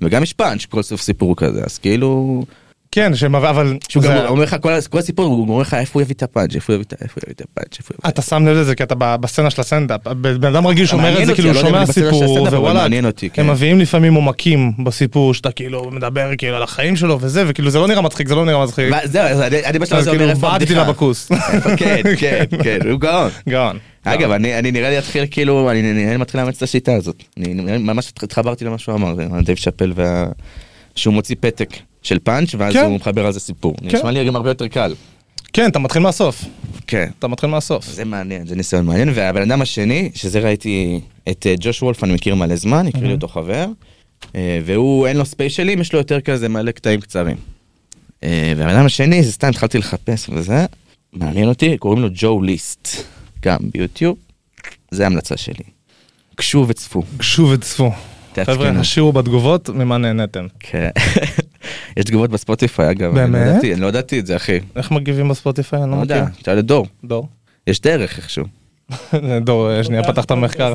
וגם יש פאנץ' כל סוף סיפור כזה, אז כאילו...
כן, שהם- אבל...
שהוא
זה-
גם אומר לך, כל- כל הסיפור הוא אומר לך איפה הוא יביא את הפאנץ', איפה הוא יביא את ה- איפה הוא יביא את הפאנץ', איפה הוא יביא את
אתה שם לב לזה כי אתה ב- בסצנה של הסטנדאפ. בן אדם רגיל
מעניין
שאומר את זה
אותי,
כאילו
אני לא יודע
שומע
אם זה בסצנה של
סיפור
הסטנדאפ, אבל
ווואלה,
מעניין אותי, כן.
הם מביאים לפעמים עומקים בסיפור שאתה כאילו מדבר כאילו על החיים שלו וזה וכאילו זה לא נראה מצחיק זה לא נראה מצחיק.
הפאנץ'. ואז זהו, אז אני אני בשלב
אז
הזה
כאילו
אומר איפה
בעטתי לה
הבדיחה.
בכוס.
איפה- כן, כן, כן, הוא גאון.
גאון.
אגב, אני אני נראה לי אתחיל כאילו, אני- אני אני מתחיל לאמץ את השיטה הזאת. אני אני ממש התחברתי למה שהוא אמר, זה דייב שאפל, וה- שהוא מוציא פתק של פאנץ', ואז
כן.
הוא מחבר על זה סיפור.
כן.
נשמע לי גם הרבה יותר קל.
כן אתה מתחיל מהסוף.
כן.
אתה מתחיל מהסוף.
זה מעניין, זה ניסיון מעניין, והבן אדם השני, שזה ראיתי את אה, ג'וש וולף, אני מכיר מלא זמן, הקריא לי אותו חבר, אה, והוא אין לו ספיישלים, יש לו יותר כזה מלא קטעים קצרים. אה, והבן אדם השני, זה סתם התחלתי לחפש וזה, מעניין אותי, קוראים לו ג'ו ליסט, גם ביוטיוב, זה ההמלצה שלי. קשו וצפו.
גשו וצפו.
תעדכנו.
חבר'ה, השאירו בתגובות ממה נהנתם.
כן. יש תגובות בספוטיפיי אגב, אני לא
באמת?
ידעתי- אני לא ידעתי את זה אחי,
איך מגיבים בספוטיפיי? אני
לא
לא מכיר.
יודע, תשאל את דור,
דור.
יש דרך איכשהו.
דור, אה, שנייה
אוקיי,
פתח את המחקר.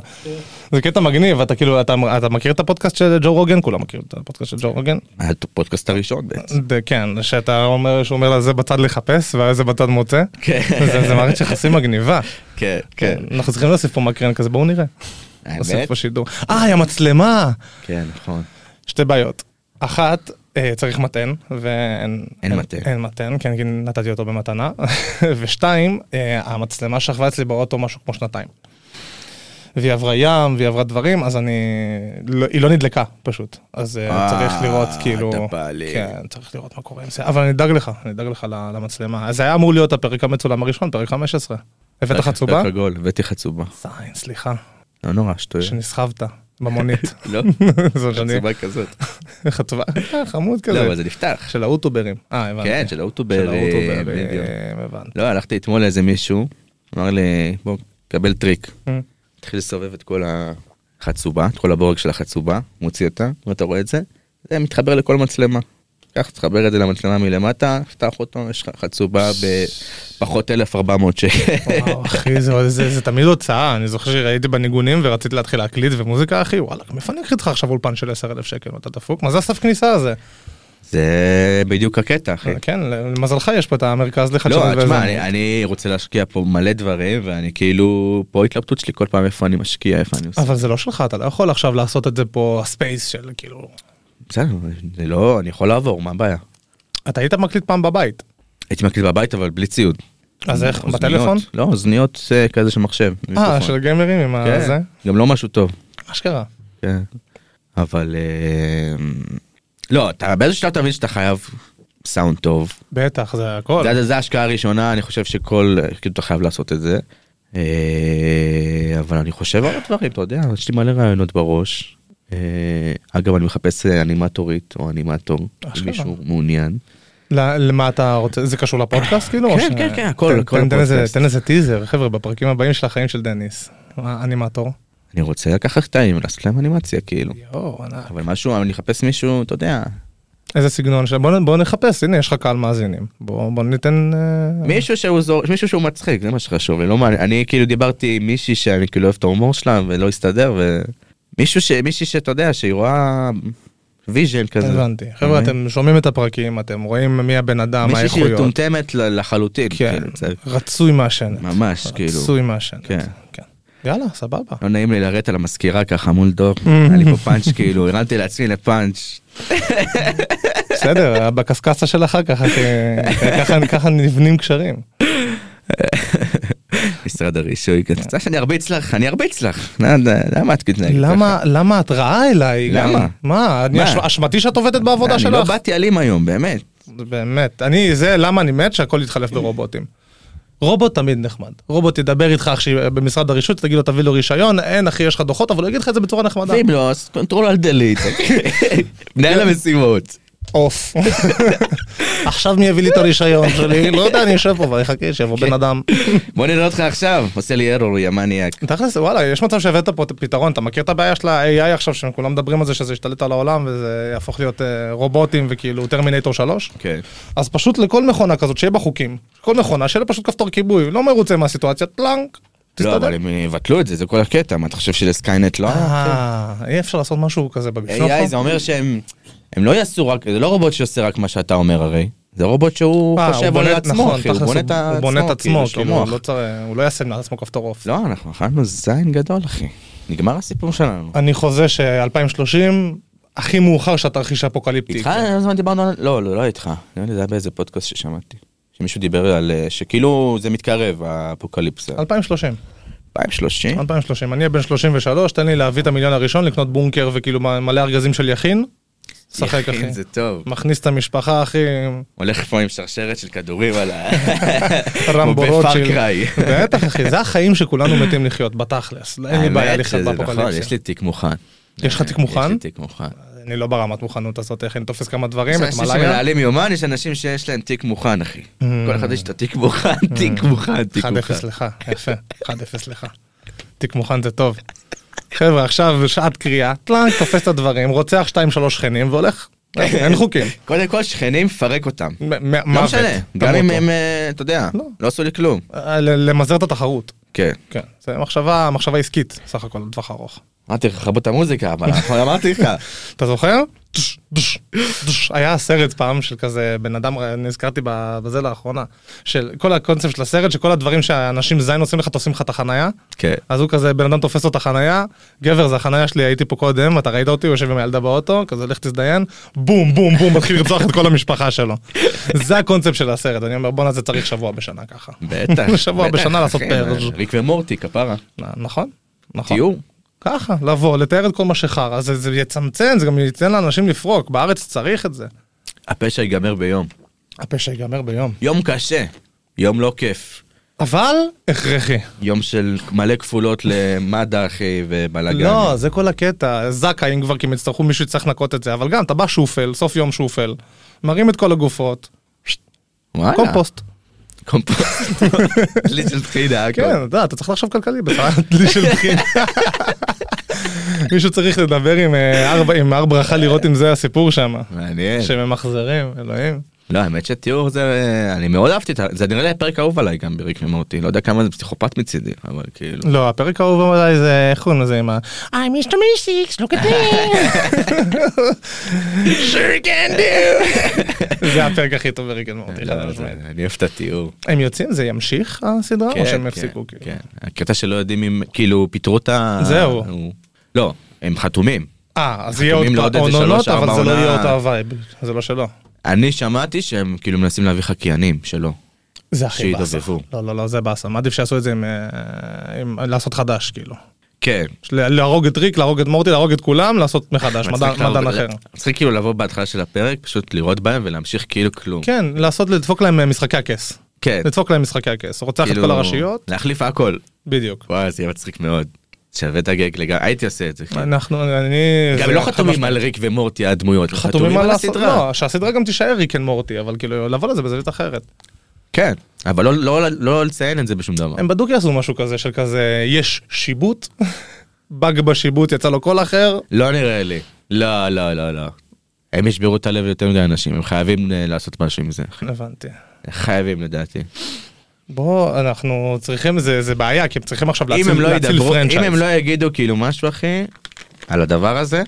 זה קטע מגניב, אתה כאילו, אתה אתה מכיר את הפודקאסט של ג'ו רוגן? כולם מכירים את הפודקאסט של
כן.
ג'ו רוגן?
היה את הפודקאסט הראשון בעצם.
זה- כן, שאתה אומר, שהוא אומר לה זה בצד לחפש, ואיזה בצד מוצא.
כן.
זה זה מערכת יחסים מגניבה.
כן,
אנחנו צריכים להוסיף פה מקרן כזה, בואו נראה. נוסיף
האמת?
פה שידור. אה, היא המצלמה!
כן, נכון.
שתי בעיות. אחת, אה, צריך מתן, ואין...
אין מתן.
אין מתן, כן, כי נתתי אותו במתנה. ושתיים, אה, המצלמה שכבה אצלי באוטו משהו כמו שנתיים. והיא עברה ים, והיא עברה דברים, אז אני... לא, היא לא נדלקה, פשוט. אז אה,
אה,
צריך לראות, כאילו...
אתה בעלי.
כן, צריך לראות מה קורה עם זה. אבל אני אדאג לך, אני אדאג לך ל- למצלמה. אז זה היה אמור להיות הפרק המצולם הראשון, פרק 15.
אה,
הבאת חצובה?
רק עגול, הבאתי חצובה.
זין, סליחה,
לא נורא, שטויות.
שנסחבת במונית.
לא,
זאת שאני...
חצובה כזאת.
חצובה, אה, חמוד כזה.
לא, אבל זה נפתח.
של האוטוברים. אה, הבנתי.
כן, של האוטוברים,
של האוטוברים,
בדיוק.
אה, הבנתי.
לא, הלכתי אתמול לאיזה מישהו, אמר לי, בוא, קבל טריק.
Mm.
התחיל לסובב את כל החצובה, את כל הבורג של החצובה, מוציא אותה, ואתה רואה את זה, זה מתחבר לכל מצלמה. קח, תחבר את זה למצלמה מלמטה, פתח אותו, יש לך חצובה בפחות 1,400 שקל.
וואו, אחי, זה, זה, זה תמיד הוצאה, אני זוכר שראיתי בניגונים ורציתי להתחיל להקליט ומוזיקה, אחי, וואלה, מאיפה אני אקח איתך עכשיו אולפן של 10,000 שקל, אתה דפוק? מה זה הסף כניסה הזה?
זה בדיוק הקטע, אחי.
כן, למזלך יש פה את המרכז לחדשנות.
לא, תשמע,
ויזמות.
אני- אני רוצה להשקיע פה מלא דברים, ואני כאילו, פה ההתלבטות שלי כל פעם איפה אני משקיע, איפה אני עושה.
אבל זה לא שלך, אתה לא יכול עכשיו לעשות את זה פה, הספייס של כאילו...
בסדר, זה לא, אני יכול לעבור, מה הבעיה?
אתה היית מקליט פעם בבית,
הייתי מקליט בבית אבל בלי ציוד.
אז איך,
אוזניות.
בטלפון?
לא, אוזניות אה, כזה של מחשב.
אה,
מיקרופון.
של אה, גיימרים עם
כן,
הזה?
גם לא משהו טוב.
אשכרה.
כן. אבל אה, לא, אתה באיזשהו שלב תבין שאתה חייב סאונד טוב.
בטח, זה הכל.
זה- זה- זה ההשקעה הראשונה, אני חושב שכל, כאילו אתה חייב לעשות את זה. אה, אבל אני חושב על הדברים, אתה יודע, יש לי מלא רעיונות בראש. אה, אגב, אני מחפש אה, אנימטורית או אנימטור,
אשכרה.
אם מישהו מעוניין.
ל- למה אתה רוצה, זה קשור לפודקאסט כאילו? או
כן,
ש-
כן, כן, הכל,
תן-
הכל
תן- תן איזה-
לפודקאסט.
תן איזה טיזר, חבר'ה, בפרקים הבאים של החיים של דניס. אנימטור.
אני רוצה לקחת קטעים ולעשות להם אנימציה, כאילו.
יואו, ענק.
אבל משהו, אני אחפש מישהו, אתה יודע,
איזה סגנון של... בוא נ- בוא נחפש, הנה, יש לך קהל מאזינים. בוא בוא ניתן... אה,
מישהו שהוא זור... מישהו שהוא מצחיק זה מה שחשוב לי לא מעניין אני כאילו דיברתי עם מישהי שאני כאילו אוהב את ההומור שלה ולא הסתדר ומישהו ש... מישהי שאתה יודע שהיא רואה ויז'ן כזה.
הבנתי. חבר'ה, אתם שומעים את הפרקים, אתם רואים מי הבן אדם, מה
מישהי שהיא
האיכויות.
מטומטמת ל- לחלוטין.
כן, אה,
כאילו, זה-
רצוי מהשנת.
ממש, כאילו.
רצוי מהשנת.
כן.
כן. יאללה, סבבה.
לא נעים לי לרדת על המזכירה ככה מול דור היה לי פה פאנץ' כאילו הרמתי לעצמי לפאנץ'.
בסדר, בקסקסה של אחר כך, אחי, ככה- ככה נבנים קשרים.
משרד הרישוי
כן.
כזה. רוצה שאני ארביץ לך אני ארביץ לך למה- למה את מתנהגת ככה?
למה למה את רעה אליי? גם?
למה?
מה? אני
מה?
אש- אשמתי שאת עובדת בעבודה
אני לא
שלך?
באתי אלים היום באמת.
באמת. אני, זה למה אני מת שהכל יתחלף ברובוטים. רובוט תמיד נחמד. רובוט ידבר איתך עכשיו במשרד הרישוי, תגיד לו תביא לו רישיון, אין אחי יש לך דוחות, אבל הוא יגיד לך את זה בצורה נחמדה.
ואם לא אז קונטרול על דלית.
לא.
מנהל המשימות.
עוף. עכשיו מי יביא לי את הרישיון שלי? לא יודע, אני יושב פה ואחכה שיבוא
כן.
בן אדם.
בוא נראה אותך עכשיו עושה לי ארור יא מניאק.
תכלס, וואלה, יש מצב שהבאת פה את הפתרון, אתה מכיר את הבעיה של ה-AI עכשיו, שכולם מדברים על זה שזה ישתלט על העולם וזה יהפוך להיות אה, רובוטים וכאילו טרמינטור 3?
כן.
אז פשוט לכל מכונה כזאת שיהיה בה חוקים, כל מכונה שיהיה לה פשוט כפתור כיבוי, לא מרוצה מהסיטואציה, טלאנק,
לא
תסתדר.
אבל הם יבטלו את זה זה כל הקטע מה אתה חושב שלסקיינט לא היה?
אה, אי אפשר לעשות משהו כזה נכון. אה, בגשנוחה?
AI זה אומר שהם הם לא יעשו רק זה לא רובוט שעושה רק מה שאתה אומר הרי זה רובוט שהוא
אה, הוא
חושב
בונה-
על עצמו
נכון,
אחי, הוא
תכלס,
בונה את
הוא- הוא בונה את עצמו,
עצמו יש לו
כאילו,
מוח.
הוא לא צריך- הוא לא יעשה לעצמו כפתור עוף.
לא אנחנו אכלנו זין גדול אחי נגמר הסיפור שלנו.
אני חוזה ש-2030, הכי מאוחר שהתרחיש האפוקליפטי.
איתך איזה זמן דיברנו על לא לא לא איתך נראה לי זה היה באיזה פודקאסט ששמעתי שמישהו דיבר על אה, שכאילו זה מתקרב האפוקליפסה
2030,
2030
2030, אני אהיה בן 33, תן לי להביא את המיליון הראשון, לקנות בונקר וכאילו מ- מלא ארגזים של יכין, שחק אחי.
יחי, זה טוב.
מכניס את המשפחה אחי,
הולך פה עם שרשרת של כדורים על ה...
רמבו
כמו בפאר
רוטשילד.
קריי.
בטח אחי, זה החיים שכולנו מתים לחיות, בתכלס. אין לי בעיה
האמת
לחיות
שזה נכון,
באפוקליפסיה.
יש לי תיק מוכן.
יש לך תיק מוכן?
יש לי תיק מוכן.
אני לא ברמת מוכנות הזאת, איך אני תופס כמה דברים,
יש
את
אנשים
מלאיה. Mm.
שמנהלים יומן, יש אנשים שיש להם תיק מוכן, אחי. כל אחד יש את התיק מוכן, תיק מוכן, תיק
1-0
מוכן.
לך, יפה, 1-0 לך. תיק מוכן זה טוב. חבר'ה, עכשיו שעת קריאה, טלנק, תופס את הדברים, רוצח 2-3 שכנים והולך. אין חוקים.
קודם כל שכנים, פרק אותם.
מ- מ-
כן. לא
מוות,
משנה, גם
תמותו.
אם הם, אה, אתה יודע,
לא.
לא עשו לי כלום.
אה, ל- למזער את התחרות.
כן.
כן, זה מחשבה, מחשבה עסקית, סך הכל, לטווח ארוך.
אמרתי לך, חבו את המוזיקה, אבל נכון, אמרתי לך.
אתה זוכר? דוש, דוש, דוש. היה סרט פעם של כזה בן אדם, אני נזכרתי ב- בזה לאחרונה, של כל הקונספט של הסרט, שכל הדברים שאנשים זין עושים לך, תופסים לך את החנייה.
כן.
אז הוא כזה, בן אדם תופס לו את החנייה, גבר זה החנייה שלי, הייתי פה קודם, אתה ראית אותי, הוא יושב עם הילדה באוטו, כזה לך תזדיין, בום בום בום, מתחיל לרצוח את כל המשפחה שלו. זה הקונספט של הסרט, אני אומר בואנה זה צריך שבוע בשנה ככה.
בטח.
שבוע
בטח,
בשנה לעשות
אחי,
פרז'.
ריק ומורטי, כפרה.
נכון? נכון.
תיאור.
ככה, לבוא, לתאר את כל מה שחרא, זה, זה יצמצם, זה גם ייתן לאנשים לפרוק, בארץ צריך את זה.
הפשע ייגמר ביום.
הפשע ייגמר ביום.
יום קשה. יום לא כיף.
אבל הכרחי.
יום של מלא כפולות למד"א אחי ובלאגן.
לא, זה כל הקטע, זקה אם כבר, כי הם יצטרכו מישהו יצטרך לנקות את זה, אבל גם, אתה בא שופל, סוף יום שופל, מרים את כל הגופות,
וואלה.
קומפוסט.
קומפוסט. דלי של טחינה. הכל.
כן, אתה יודע, אתה צריך לחשוב כלכלי בכלל, דלי של בחין. מישהו צריך לדבר עם, אה, ארבע- עם הר ברכה לראות אם זה הסיפור שם.
מעניין.
שממחזרים, אלוהים.
לא, האמת שתיאור זה, אני מאוד אהבתי את ה... זה נראה לי הפרק האהוב עליי גם בריק ממורטי, לא יודע כמה זה פסיכופת מצידי, אבל כאילו.
לא, הפרק האהוב עליי זה, איך קוראים לזה עם ה... I'm Mr. Mystics, look at me. sure can do. זה הפרק הכי טוב בריקן מורטי. חד
לא, זה-
משמעית.
אני אוהב את התיאור.
הם יוצאים, זה ימשיך הסדרה? או שהם הפסיקו?
כן,
כאילו?
כן. הקטע שלא יודעים אם, כאילו, פיטרו את ה...
זהו.
הוא- לא, הם חתומים.
אה, אז יהיה עוד
חתומים לעוד איזה
עוד עונות,
שלוש, ארבע
אבל זה לא יהיה
עונה.
אותה הווייב, זה לא שלו.
אני שמעתי שהם כאילו מנסים להביא חקיינים שלא.
זה הכי באסה.
שידובבו.
לא, לא, לא, זה באסה. מעדיף שיעשו את זה עם... אה, עם- לעשות חדש, כאילו.
כן.
של- להרוג את ריק, להרוג את מורטי, להרוג את כולם, לעשות מחדש,
מצחיק
מדען
להרוג-
מדען אחר.
מצחיק כאילו לבוא בהתחלה של הפרק, פשוט לראות בהם ולהמשיך כאילו כלום.
כן, לעשות, לדפוק להם אה, משחקי הכס.
כן.
לדפוק להם משחקי הכס. רוצח את
כאילו,
כל הרשויות,
להחליף הכל.
בדיוק.
וואי, זה יהיה מצחיק מאוד. שווה את הגג לגמרי, הייתי עושה את זה. כן.
אנחנו, אני...
גם
זה
לא
חד
חתומים
משמעית.
על ריק ומורטי הדמויות,
חתומים על הסדרה. לא, שהסדרה גם תישאר ריק אנד מורטי, אבל כאילו, לבוא לזה בזווית אחרת.
כן, אבל לא- לא- לא לציין את זה בשום דבר.
הם בדוק יעשו משהו כזה, של כזה, יש שיבוט, באג בשיבוט, יצא לו קול אחר,
לא נראה לי. לא, לא, לא, לא. הם ישברו את הלב ליותר מדי אנשים, הם חייבים אה, לעשות משהו עם זה.
הבנתי.
חייבים לדעתי.
בוא, אנחנו צריכים, זה, זה בעיה, כי הם צריכים עכשיו
אם
להציל,
הם לא
להציל
ידברו, אם
פרנצ'ייז.
הם לא יגידו כאילו משהו אחי, על הדבר הזה,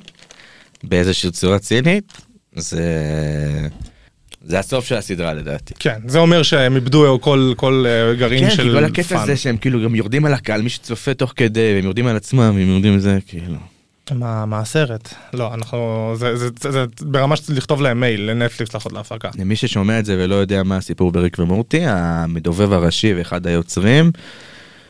באיזושהי צורה צינית, זה... זה הסוף של הסדרה לדעתי.
כן, זה אומר שהם איבדו כל, כל אה, גרעין
כן,
של
כי כל הקטע
פאן.
הזה שהם כאילו גם יורדים על הקהל, מי שצופה תוך כדי, והם יורדים על עצמם, והם יורדים על זה, כאילו.
מה, מה הסרט? לא, אנחנו, זה, זה, זה, זה ברמה שצריך לכתוב להם מייל, לנטפליקס לחוד להפקה.
למי ששומע את זה ולא יודע מה הסיפור בריק ומורטי, המדובב הראשי ואחד היוצרים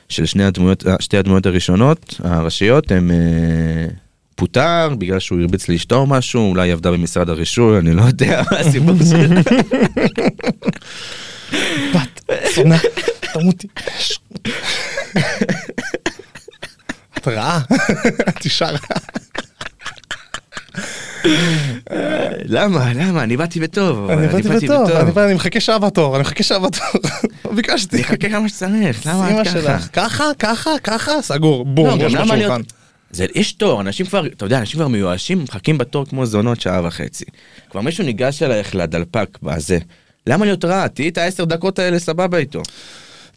של שני הדמויות, שתי הדמויות הראשונות, הראשיות, הם אה, פוטר בגלל שהוא הרביץ לאשתו או משהו, אולי היא עבדה במשרד הרישוי, אני לא יודע מה הסיפור שלו.
בת, שונא, תמותי. את רעה, את אישה רעה.
למה, למה, אני באתי בטוב,
אני באתי בטוב, אני בא- אני מחכה שעה בתור, אני מחכה שעה בתור. לא
אני
ביקשתי.
אחכה כמה שצריך, למה
אמא
את ככה?
שלך, ככה, ככה, ככה, סגור,
לא,
בום,
גם
ראש
למה
בשולחן.
להיות- זה, יש תור, אנשים כבר, אתה יודע, אנשים כבר מיואשים, מחכים בתור כמו זונות שעה וחצי. כבר מישהו ניגש אלייך לדלפק, בזה. למה להיות רע? תהיי את העשר דקות האלה סבבה איתו.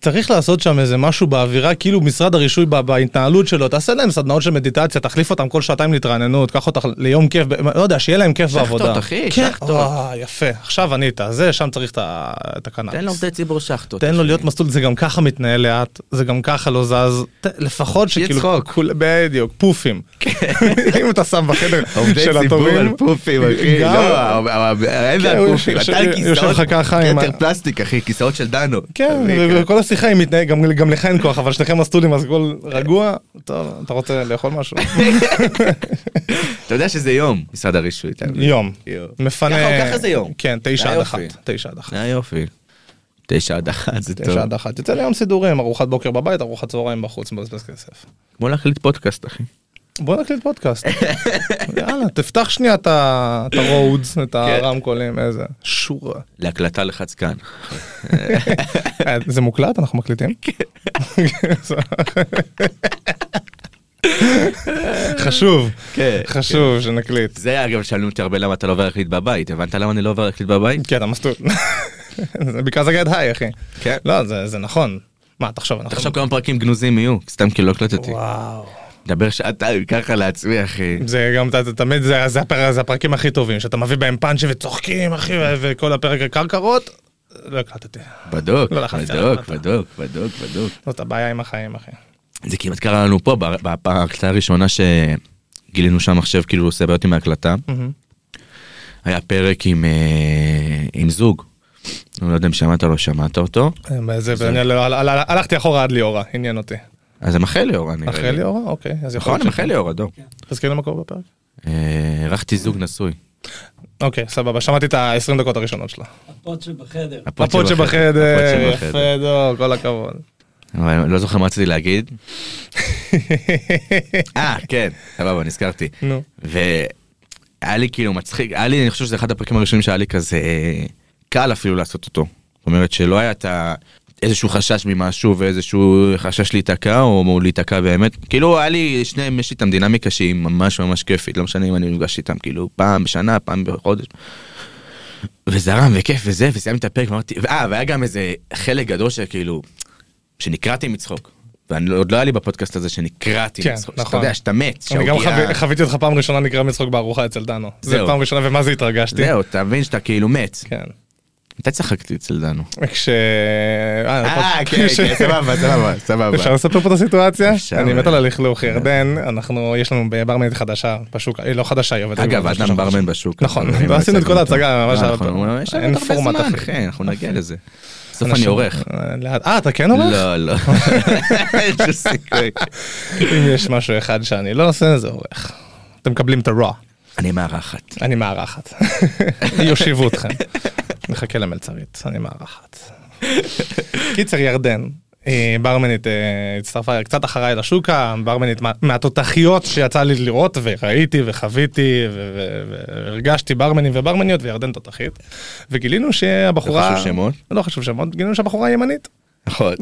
צריך לעשות שם איזה משהו באווירה, כאילו משרד הרישוי בה- בהתנהלות שלו, תעשה להם סדנאות של מדיטציה, תחליף אותם כל שעתיים להתרעננות, קח אותך ליום כיף, ב- לא יודע, שיהיה להם כיף
שחטות,
בעבודה.
אחי,
כן,
שחטות.
וואי, יפה, עכשיו ענית, זה, שם צריך את ה- את הקנאביס.
תן לעובדי ציבור שחטות.
תן לו להיות מסלול, זה גם ככה מתנהל לאט, זה גם ככה לא זז, ת- לפחות
שיהיה
שכאילו,
צחוק. כן.
כול- בדיוק, פופים. אם אתה שם בחדר
עובדי
של
ציבור
התורים,
על פופים, אחי.
גם-
לא, אין
כן,
על
הוא
פופים.
יושב-
אתה על
יושב לך
כיסאות,
ככה עם ה-
כתר פלסטיק, אחי, כיסאות של דנו.
כן,
תביא,
וכל השיחה היא מתנהגת, גם, גם לך אין כוח, אבל שניכם מסטולים אז הכל רגוע, טוב, אתה רוצה לאכול משהו?
אתה יודע שזה יום, משרד הרישוי. אתה מבין?
יום.
יום.
מפנה...
ככה או ככה זה יום.
כן, תשע עד אחת.
היופי.
תשע עד אחת.
אה, יופי. תשע עד אחת, זה טוב.
תשע עד אחת. יוצא ליום סידורים, ארוחת בוקר בבית, ארוחת צהריים בחוץ, מבזבז כסף.
כמו להחליט פודקאסט, אחי.
בוא נקליט פודקאסט. יאללה, תפתח שנייה את ה- את הרודס,
כן.
את הרמקולים, איזה... שורה.
להקלטה לחץ כאן.
אה, זה מוקלט? אנחנו מקליטים? חשוב,
כן.
חשוב שנקליט.
זה אגב שאלו אותי הרבה למה אתה לא עובר להחליט בבית, הבנת למה אני לא עובר להחליט בבית?
כן, אתה מסטול. זה בגלל זה גד היי, אחי.
כן.
לא, זה זה נכון. מה, תחשוב, אנחנו...
תחשוב כמה פרקים גנוזים יהיו, סתם כאילו לא הקלטתי.
וואו.
דבר שעתיים ככה אה, לעצמי אחי.
זה גם, אתה- אתה תמיד, זה זה הפר- זה הפרקים הכי טובים, שאתה מביא בהם פאנצ'ים וצוחקים, אחי, ו- וכל הפרק הקרקרות, לא הקלטתי.
בדוק,
לא לחצתי על
בדוק,
ההקלטה.
בדוק, בדוק, בדוק.
זאת הבעיה עם החיים, אחי.
זה כמעט קרה לנו פה בר- בה- בהקלטה הראשונה שגילינו שהמחשב כאילו עושה בעיות עם ההקלטה. היה פרק עם אה, עם זוג. אני לא יודע אם שמעת או לא שמעת אותו.
אה, זה- זה- אני- לא, הל- הל- הלכתי אחורה עד ליאורה, עניין אותי.
אז הם אחרי ליאורה נראה לי.
אחרי ליאורה? אוקיי. אז יכול
נכון, הם
להיות ש-
אחרי ליאורה, דו.
תזכיר לי מה קורה כן, בפרק.
אה, אירחתי זוג נשוי.
אוקיי, סבבה, שמעתי את ה-20 דקות הראשונות שלה.
הפוד שבחדר.
הפוד
הפוד
שבחדר,
שבחדר.
יפה דו, כל הכבוד.
אבל אני לא זוכר מה רציתי להגיד. אה, כן, סבבה, נזכרתי.
נו.
והיה לי כאילו מצחיק, היה לי, אני חושב שזה אחד הפרקים הראשונים שהיה לי כזה אה, קל אפילו לעשות אותו. זאת אומרת שלא היה את ה... איזשהו חשש ממשהו ואיזשהו חשש להיתקע או או להיתקע באמת כאילו היה לי שניהם יש לי איתם דינמיקה שהיא ממש ממש כיפית לא משנה אם אני נפגש איתם כאילו פעם בשנה פעם בחודש. וזרם וכיף וזה וסיימתי את הפרק ואמרתי אה והיה גם איזה חלק גדול שכאילו שנקרעתי מצחוק. ואני לא- עוד לא היה לי בפודקאסט הזה שנקרעתי
כן,
מצחוק. שאתה
נכון.
יודע שאתה מת.
אני גם
שהעוגיה-
חו- חוויתי אותך פעם ראשונה נקרא מצחוק בארוחה אצל דנו. זה
זהו.
פעם ראשונה ומה זה התרגשתי.
זהו אתה מבין שאתה כאילו מת.
כן.
כן. אתה צחקתי אצל דנו.
כש...
אה
פוד-
כן
כש-
כן סבבה סבבה סבבה.
אפשר לספר פה את הסיטואציה?
אפשר.
אני מת על הלכלוך, ירדן, אנחנו, יש לנו ברמנית חדשה בשוק, היא לא חדשה, היא עובדת.
אגב,
כבר
את
שלושה
גם
חודשים.
ברמן בשוק.
נכון,
אבל
לא עשינו את כל
הצגנו
ההצגה,
אותו.
ממש
אה,
היה-
נכון, יש לנו
אין
עוד הרבה
פורמט,
זמן,
אחי.
אחי, אנחנו נגיע לזה. בסוף אני
אנשים-
עורך.
אה, לאט- אה, אתה כן עורך?
לא, לא. אין שום סיכוי.
אם יש משהו אחד שאני לא עושה, זה עורך. אתם מקבלים את הרוע,
אני מארחת.
אני מארחת. יושיבו אתכם. נחכה למלצרית, אני מארחת. קיצר, ירדן. אה, ברמנית אה, הצטרפה קצת אחריי לשוקה, ברמנית מה- מהתותחיות שיצא לי לראות וראיתי וחוויתי ו- ו- והרגשתי ברמנים וברמניות וירדן תותחית וגילינו שהבחורה,
לא חשוב שמות.
לא חשוב שמות, גילינו שהבחורה ימנית.
נכון.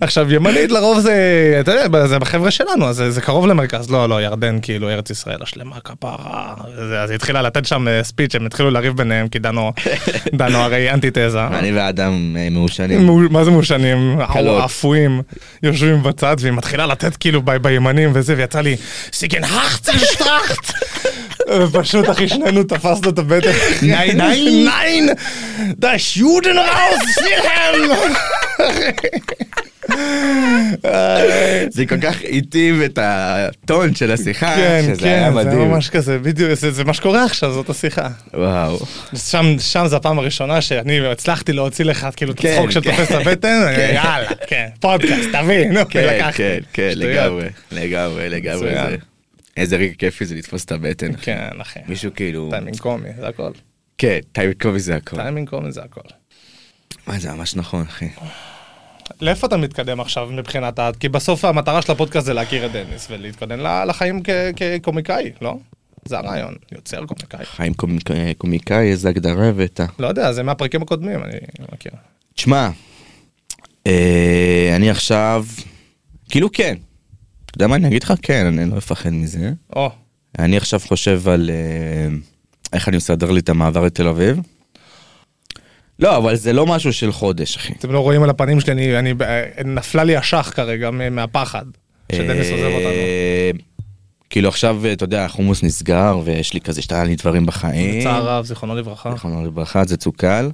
עכשיו ימנית לרוב זה, אתה יודע, זה בחבר'ה שלנו, אז זה- זה קרוב למרכז, לא, לא, ירדן כאילו ארץ ישראל השלמה כפרה, זה- אז היא התחילה לתת שם אה, ספיץ', הם התחילו לריב ביניהם, כי דנו, דנו הרי אנטיתזה.
אני ואדם אה, מעושנים.
מעו- מה זה מעושנים?
קלות.
אפויים, יושבים בצד, והיא מתחילה לתת כאילו ב- בימנים וזה, ויצא לי, סיגן הכצל שטראכט! פשוט אחי שנינו תפסנו את הבטן.
Nein, nein.
nein! דש יודן ראוס וילהם!
זה כל כך היטיב את הטון של השיחה,
כן,
שזה היה
כן, זה
מדהים.
ממש כזה, בדיוק, זה זה מה שקורה עכשיו, זאת השיחה.
וואו.
שם, שם זה הפעם הראשונה שאני הצלחתי להוציא לך כאילו את
כן,
הצחוק
כן.
שתופס את הבטן, אני,
כן.
יאללה, כן, פודקאסט, תביא, נו,
כן,
לקחתי.
כן, כן,
שטויות.
לגמרי, לגמרי, לגמרי.
מצוין.
זה- איזה רגע כיפי זה לתפוס את הבטן. אחי.
כן, אחי.
מישהו כאילו...
טיימינג קומי, זה הכל.
כן, טיימינג קובי זה הכל.
טיימינג קומי זה הכל.
מה זה ממש נכון, אחי.
לאיפה אתה מתקדם עכשיו מבחינת ה... כי בסוף המטרה של הפודקאסט זה להכיר את דניס ולהתקדם ל- לחיים כ- כקומיקאי, לא? זה הרעיון, יוצר קומיקאי.
חיים קומיקאי- קומיקאי, איזה הגדרה הבאת.
לא יודע, זה מהפרקים הקודמים, אני מכיר.
תשמע, אה, אני עכשיו, כאילו כן. אתה יודע מה אני אגיד לך? כן, אני לא אפחד מזה.
או,
אני עכשיו חושב על אה, איך אני מסדר לי את המעבר לתל אביב. לא, אבל זה לא משהו של חודש, אחי.
אתם לא רואים על הפנים שלי, אני, אני, אה, נפלה לי אשך כרגע מ- מהפחד שדניס עוזב אותנו.
אה, כאילו עכשיו, אה, אתה יודע, החומוס נסגר, ויש לי כזה שתהיה לי דברים בחיים.
בצער רב, זיכרונו לברכה.
זיכרונו לברכה, זה צוקל.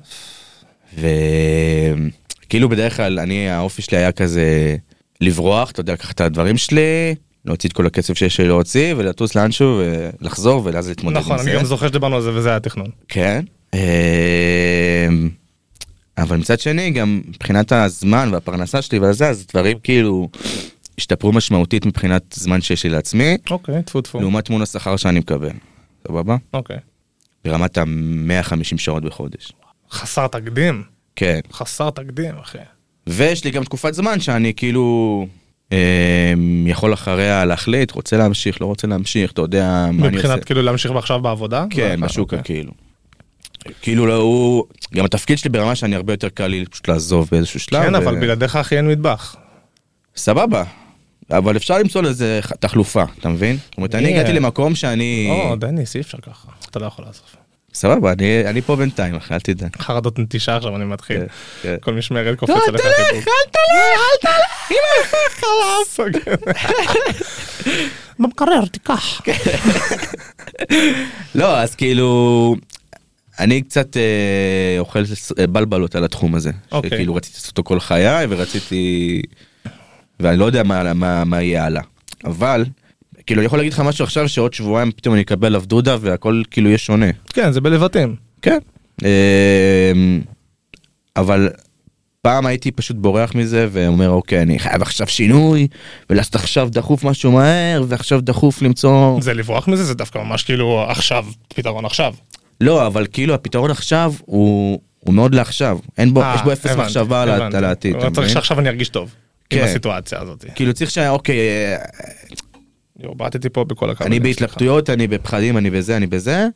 וכאילו בדרך כלל אני האופי שלי היה כזה לברוח, אתה יודע, לקחת את הדברים שלי, להוציא את כל הכסף שיש לי להוציא ולטוס לאנשהו ולחזור ואז להתמודד
נכון,
עם זה.
אני גם זוכר שדיברנו על זה וזה היה התכנון.
כן. אה, אבל מצד שני גם מבחינת הזמן והפרנסה שלי וזה אז דברים כאילו השתפרו משמעותית מבחינת זמן שיש לי לעצמי
אוקיי, טפו טפו.
לעומת מול השכר שאני מקבל. סבבה?
אוקיי.
ברמת ה-150 שעות בחודש.
חסר תקדים,
כן.
חסר תקדים, אחי.
ויש לי גם תקופת זמן שאני כאילו אה, יכול אחריה להחליט, רוצה להמשיך, לא רוצה להמשיך, אתה יודע מה אני עושה.
מבחינת כאילו להמשיך עכשיו בעבודה?
כן,
אוקיי,
בשוק
אוקיי.
כאילו. כאילו לא, הוא, גם התפקיד שלי ברמה שאני הרבה יותר קל לי פשוט לעזוב באיזשהו שלב.
כן,
ו-
אבל בלעדיך אחי אין מטבח.
סבבה. אבל אפשר למצוא לזה ח- תחלופה, אתה מבין? זאת אומרת, אני
Yeah.
הגעתי למקום שאני...
או, דניס, אי אפשר ככה, אתה לא יכול לעזוב.
סבבה, אני- אני פה בינתיים, אחי, אל תדאג.
חרדות נטישה עכשיו, אני מתחיל.
כן, כן.
כל משמרת קופץ עליך חיבוק. סוגר. במקרר, תיקח.
כן. לא, אז כאילו, אני קצת אה, אוכל ס- אה, בלבלות על התחום הזה.
אוקיי.
שכאילו רציתי לעשות אותו כל חיי ורציתי, ואני לא יודע מה, מה, מה יהיה הלאה. אבל, כאילו, אני יכול להגיד לך משהו עכשיו שעוד שבועיים פתאום אני אקבל עליו דודה והכל כאילו יהיה שונה.
כן, זה בלבטים.
כן. אה, אבל פעם הייתי פשוט בורח מזה ואומר אוקיי אני חייב עכשיו שינוי ולעשות עכשיו דחוף משהו מהר ועכשיו דחוף למצוא
זה לברוח מזה, זה דווקא ממש כאילו עכשיו, פתרון עכשיו.
לא, אבל כאילו הפתרון עכשיו הוא, הוא מאוד לעכשיו. אין בו,
אה,
יש בו אפס
הבנתי,
מחשבה על ה-
הבנתי.
על העתיד.
אבל
אתה
צריך
מבין?
שעכשיו אני ארגיש טוב. עם
כן.
הסיטואציה הזאת.
כאילו צריך שה... אוקיי, אה,
יואו, בעטתי פה בכל הקו.
אני בהתלבטויות, אני בפחדים, אני בזה, אני בזה,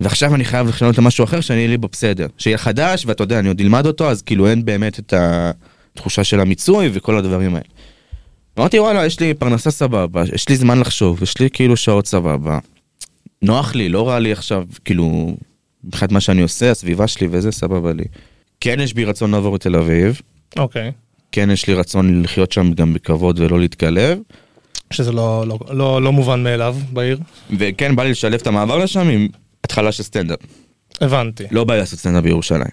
ועכשיו אני חייב לכנות למשהו אחר שאני אהיה לי בו בסדר. שיהיה חדש, ואתה יודע, אני עוד אלמד אותו, אז כאילו אין באמת את התחושה של המיצוי וכל הדברים האלה. אמרתי, וואלה, יש לי פרנסה סבבה, יש לי זמן לחשוב, יש לי כאילו שעות סבבה. נוח לי, לא רע לי עכשיו, כאילו, מבחינת מה שאני עושה, הסביבה שלי וזה, סבבה לי. כן יש בי רצון לעבור לתל אביב,
אוקיי.
כן יש לי רצון לחיות שם גם בכבוד ולא להתקלב,
שזה לא, לא, לא, לא מובן מאליו בעיר.
וכן בא לי לשלב את המעבר לשם עם התחלה של סטנדאפ.
הבנתי.
לא בא לי לעשות סטנדאפ בירושלים.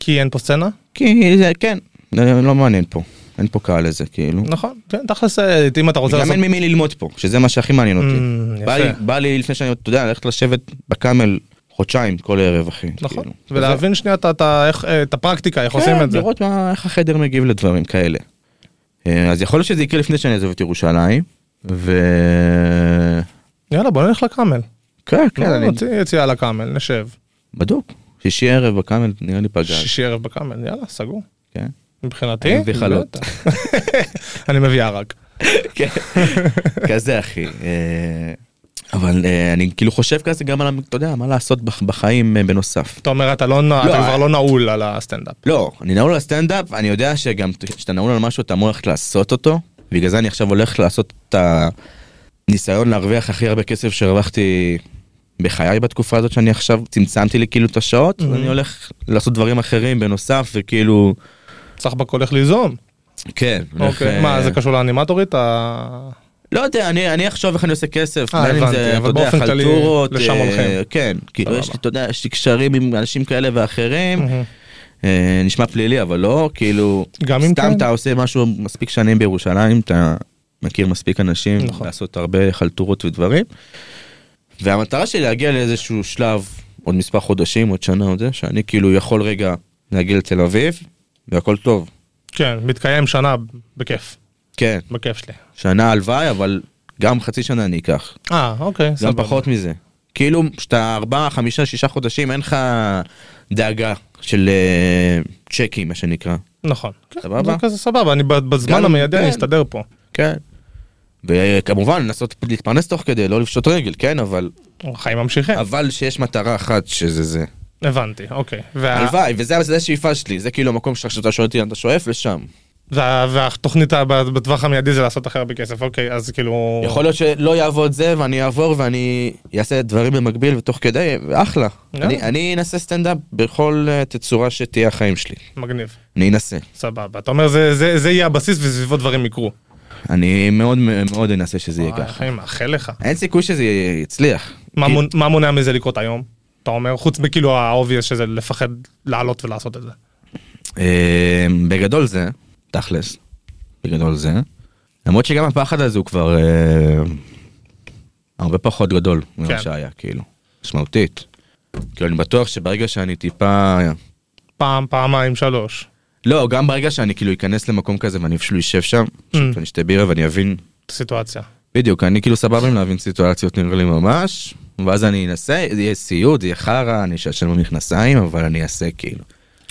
כי אין פה סצנה?
כי זה, כן, זה לא מעניין פה, אין פה קהל לזה, כאילו.
נכון. כן, תכלס, אה, אם אתה רוצה
גם
לעשות...
אין ממי ללמוד פה, שזה מה שהכי מעניין אותי.
Mm,
בא
יפה.
לי- בא לי לפני שאני, אתה יודע, ללכת לשבת בקאמל חודשיים כל ערב, אחי.
נכון.
כאילו.
ולהבין שנייה את- את ה- איך, אה, את הפרקטיקה, איך עושים
כן,
את זה.
לראות מה- איך החדר מגיב לדברים כאלה. אה, אז יכול להיות שזה יקרה לפני שאני אעזוב את ירושלים, ו...
יאללה, בוא נלך לקאמל.
כן, כן,
לא,
אני
נוציא יציאה לקאמל, נשב.
בדוק. שישי ערב בקאמל נראה לי פגש.
שישי ערב בקאמל, יאללה, סגור.
כן.
מבחינתי?
אני מביא חלות.
בטח. אני מביא ערק.
כן. כזה אחי. אה, אבל אה, אני כאילו חושב כזה גם על, ה- אתה יודע, מה לעשות בח- בחיים אה, בנוסף.
אתה אומר, אתה לא נע-
לא,
אתה
אה.
כבר לא נעול על הסטנדאפ.
לא, אני נעול על הסטנדאפ, אני יודע שגם כשאתה נעול על משהו אתה אמור ללכת לעשות אותו, בגלל זה אני עכשיו הולך לעשות את הניסיון להרוויח הכי הרבה כסף שהרווחתי בחיי בתקופה הזאת שאני עכשיו צמצמתי לי כאילו את
Mm-hmm.
השעות, אז אני הולך לעשות דברים אחרים בנוסף וכאילו,
סך הכל הולך ליזום.
כן, הולך,
אוקיי.
אה,
מה, זה קשור לאנימטורית? ה-
לא יודע, אני, אני אחשוב איך אני עושה כסף,
אה,
בין אם
הבנתי,
זה,
אבל
אתה יודע,
באופן כללי,
חלטורות,
לשם
אה,
הולכים.
כן, כאילו יש לי,
סבבה.
אתה יודע, יש לי קשרים עם אנשים כאלה ואחרים,
מהמם.
אה, נשמע פלילי אבל לא כאילו
גם אם
סתם
כן.
אתה עושה משהו מספיק שנים בירושלים אתה מכיר מספיק אנשים
נכון.
לעשות הרבה חלטורות ודברים. והמטרה שלי להגיע לאיזשהו שלב עוד מספר חודשים עוד שנה עוד זה שאני כאילו יכול רגע להגיע לתל אביב והכל טוב
כן, מתקיים שנה בכיף,
כן
בכיף שלי.
שנה הלוואי אבל גם חצי שנה אני אקח
אה, אוקיי,
גם
סבבה.
פחות מזה כאילו שאתה ארבעה חמישה שישה חודשים אין לך דאגה של אה, צ'קים מה שנקרא.
נכון. כן,
סבבה?
זה כזה סבבה, אני ב- בזמן
גם-
המיידי אני
כן.
אסתדר פה.
כן. וכמובן לנסות להתפרנס תוך כדי לא לפשוט רגל כן אבל
החיים ממשיכים.
אבל שיש מטרה אחת שזה זה
הבנתי, אוקיי. וה-
הלוואי וזה זה השאיפה שלי זה כאילו המקום שלך שאתה שואל אותי אתה שואף לשם
וה- והתוכנית ה- בטווח המיידי זה לעשות הכי הרבה כסף, אוקיי, אז כאילו...
יכול להיות שלא יעבוד זה ואני אעבור ואני אעשה דברים במקביל ותוך כדי אחלה
יאללה.
אני- אני אנסה סטנדאפ בכל אה, תצורה שתהיה החיים שלי
מגניב,
אני אנסה
סבבה. אתה אומר, זה- זה זה יהיה הבסיס וסביבו דברים יקרו.
אני מאוד מאוד אנסה שזה יהיה
וואי,
ככה
אחי, מאחל לך.
אין סיכוי שזה יצליח
מה
כי-
מונ- מה מונע מזה לקרות היום? אתה אומר, חוץ מכאילו האובייס שזה לפחד לעלות ולעשות את זה.
אה, בגדול זה, תכלס, בגדול זה. למרות שגם הפחד הזה הוא כבר אה, הרבה פחות גדול ממה
כן.
שהיה, כאילו, משמעותית. כאילו, אני בטוח שברגע שאני טיפה...
פעם, פעמיים, שלוש.
לא, גם ברגע שאני כאילו אכנס למקום כזה ואני פשוט אשב שם,
Mm.
פשוט אני אשתה בירה ואני אבין,
סיטואציה.
בדיוק, אני כאילו סבבה עם להבין סיטואציות נראה לי ממש, ואז אני אנסה, זה יהיה סיוט, זה יהיה חרא, אני אשן במכנסיים, אבל אני אעשה כאילו.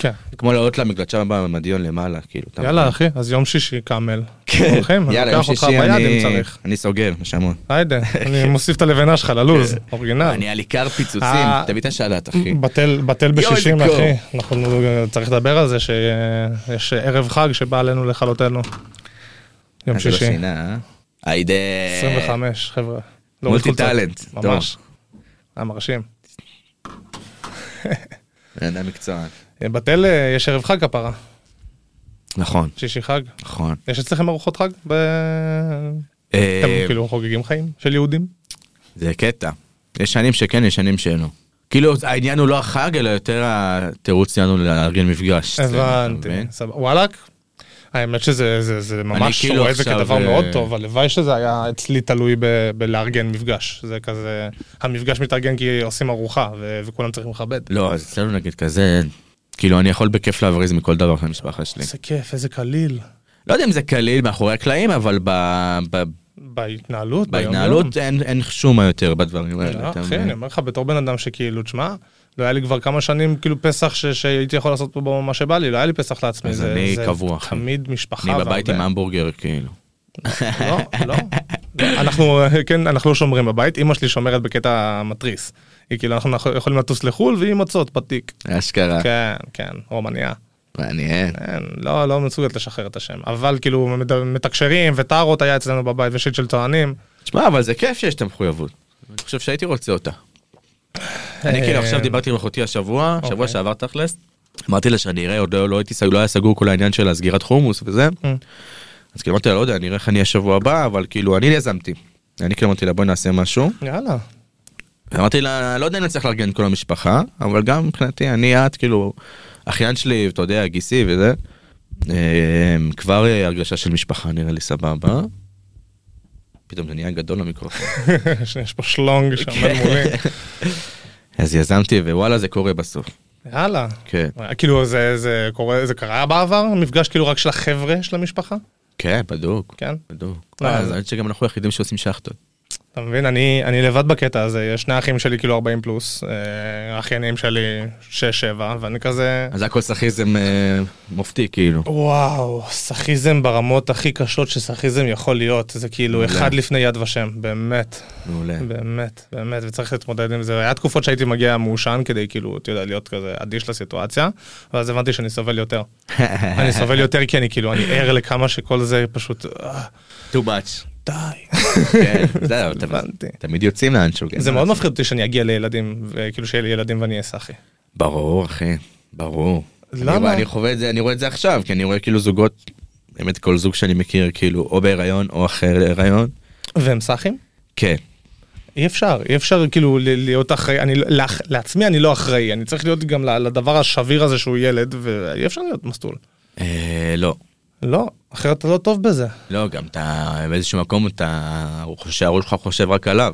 כן.
כמו לעלות למגלצ'ה במדיון למעלה, כאילו. אתה כן.
יאללה אחי, אז יום שישי קאמל. הולכים, אני
יאללה, יום
לוקח אותך
שישי
ביד אם
אני-
צריך.
אני סוגר, נשמות.
היידה, אני מוסיף את הלבנה שלך ללוז, אורגינל.
כן. אני על עיקר פיצוצים,
אה.
תביא את השלט, אחי.
בטל, בטל
יואי,
בשישים
זה קור.
אחי, אנחנו צריך לדבר על זה שיש ערב חג שבא עלינו לכלותנו. יום
אה, זה לא
שישי,
שינה, אה? היידה.
25 חבר'ה. לא
מולטי
חולצות.
טאלנט.
ממש. היה מרשים.
בן אדם מקצוען.
בטל אה, יש ערב חג כפרה,
נכון,
שישי חג.
נכון.
יש אצלכם ארוחות חג? ב...
אה,
אתם כאילו חוגגים חיים של יהודים?
זה קטע. יש שנים שכן, יש שנים שלא. כאילו העניין הוא לא החג, אלא יותר התירוץ שלנו לארגן מפגש. אתה
הבנתי,
מבין?
סבבה. וואלק? האמת שזה זה, זה ממש
כאילו
רואה את זה
עכשיו,
כדבר
אה,
מאוד טוב, הלוואי שזה היה אצלי תלוי ב- בלארגן מפגש. זה כזה, המפגש מתארגן כי עושים ארוחה ו- וכולם צריכים לכבד.
לא, אז אצלנו נגיד כזה, כאילו אני יכול בכיף להבריז מכל דבר אחרי המשפחה שלי.
איזה כיף, איזה קליל.
לא יודע אם זה קליל מאחורי הקלעים, אבל ב- ב-
בהתנהלות, ביום-יום.
בהתנהלות אין אין שום מה יותר בדברים האלה.
לא,
אתה
אחי,
מבין?
אני אומר לך, בתור בן אדם שכאילו, תשמע, לא היה לי כבר כמה שנים כאילו פסח ש- שהייתי יכול לעשות פה בו מה שבא לי, לא היה לי פסח לעצמי.
אז
זה-
אני
זה
קבוע, אחי.
תמיד משפחה.
אני בבית עם
והרבה.
המבורגר כאילו.
לא, לא. אנחנו אה, כן אנחנו לא שומרים בבית אמא שלי שומרת בקטע מתריס. היא כאילו אנחנו אנחנו יכולים לטוס לחו"ל והיא עם מצות בתיק.
אשכרה.
כן כן רומניה.
מעניין.
אין, לא לא מסוגלת לשחרר את השם אבל כאילו מד- מתקשרים וטארות היה אצלנו בבית ושיט של טוענים.
תשמע, אבל זה כיף שיש את המחויבות. אני חושב שהייתי רוצה אותה. אני כאילו עכשיו דיברתי עם אחותי השבוע, שבוע
אה. אוקיי.
שעבר תכלס. אמרתי לה שאני אראה, עוד לא לא הייתי, סג- לא היה סגור כל העניין של הסגירת חומוס וזה.
אה.
אז כאילו אמרתי לה, לא יודע, נראה איך אני אהיה שבוע הבא, אבל כאילו אני יזמתי. אני כאילו אמרתי לה, בואי נעשה משהו.
יאללה.
אמרתי לה, לא יודע אם אני צריך לארגן את כל המשפחה, אבל גם מבחינתי, אני, את, כאילו, אחיין שלי, אתה יודע, גיסי וזה, אה, כבר אה, הרגשה של משפחה נראה לי סבבה. פתאום זה נהיה גדול למיקרופון.
יש פה שלונג שעומד מולי.
אז יזמתי, ווואלה, זה קורה בסוף.
יאללה.
כן.
כאילו זה זה קורה זה קרה בעבר מפגש כאילו רק של החבר'ה של המשפחה
כן, בדוק.
כן
בדוק.
לא,
אה,
אז-
אז אני שגם אנחנו היחידים שעושים שחטות.
אתה מבין אני אני לבד בקטע הזה יש שני אחים שלי כאילו 40 פלוס אה, אחיינים שלי 6-7 ואני כזה
אז הכל סכיזם אה, מופתי, כאילו.
וואו סכיזם ברמות הכי קשות שסכיזם יכול להיות זה כאילו
מעולה. כן.
אחד לפני יד ושם באמת
מעולה.
באמת באמת וצריך להתמודד עם זה היה תקופות שהייתי מגיע מעושן כדי כאילו אתה יודע להיות כזה אדיש לסיטואציה ואז הבנתי שאני סובל יותר אני סובל יותר כי אני כאילו אני ער לכמה שכל זה פשוט אה,
too much.
די.
כן, זהו, אתה-
הבנתי.
תמיד יוצאים לאנשהו. כן.
זה מאוד מפחיד אותי שאני אגיע לילדים, וכאילו שיהיה לי ילדים ואני אהיה סאחי.
ברור, אחי, ברור.
למה?
אני, אני חווה את זה, אני רואה את זה עכשיו, כי אני רואה כאילו זוגות, באמת כל זוג שאני מכיר, כאילו, או בהיריון או אחרי הריון.
והם סאחים?
כן.
אי אפשר, אי אפשר כאילו ל- להיות אחראי, אני, לא- לאח- לעצמי אני לא אחראי, אני צריך להיות גם ל- לדבר השביר הזה שהוא ילד, ואי אפשר להיות מסטול.
אה, לא.
לא, אחרת אתה לא טוב בזה.
לא, גם אתה באיזשהו מקום, אתה, הוא חושב- הראש שלך חושב רק עליו.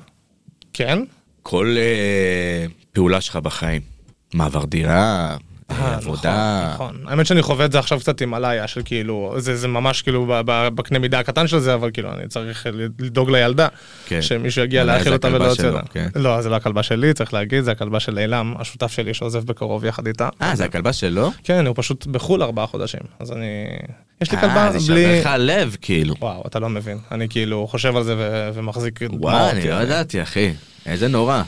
כן?
כל אה, פעולה שלך בחיים, מעבר דירה, אה,
אה,
עבודה,
נכון, נכון. האמת שאני חווה את זה עכשיו קצת עם עליה, של כאילו, זה, זה ממש כאילו ב- ב- בקנה מידה הקטן של זה, אבל כאילו אני צריך לדאוג לילדה,
כן.
שמישהו יגיע
עליה
להאכיל
זה
אותה ולא
הכלבה
יוצא
שלו,
לה.
כן.
לא, זה לא הכלבה שלי, צריך להגיד, זה הכלבה של אילם, השותף שלי שעוזב בקרוב יחד איתה.
אה, זה הכלבה שלו?
כן, הוא פשוט בחול ארבעה חודשים, אז אני... יש לי כלבה
אה, זה שווה
בלי...
לך לב, כאילו.
וואו, אתה לא מבין. אני כאילו חושב על זה ו- ומחזיק
וואי,
דמעות.
אני לא ידעתי, אחי. איזה נורא.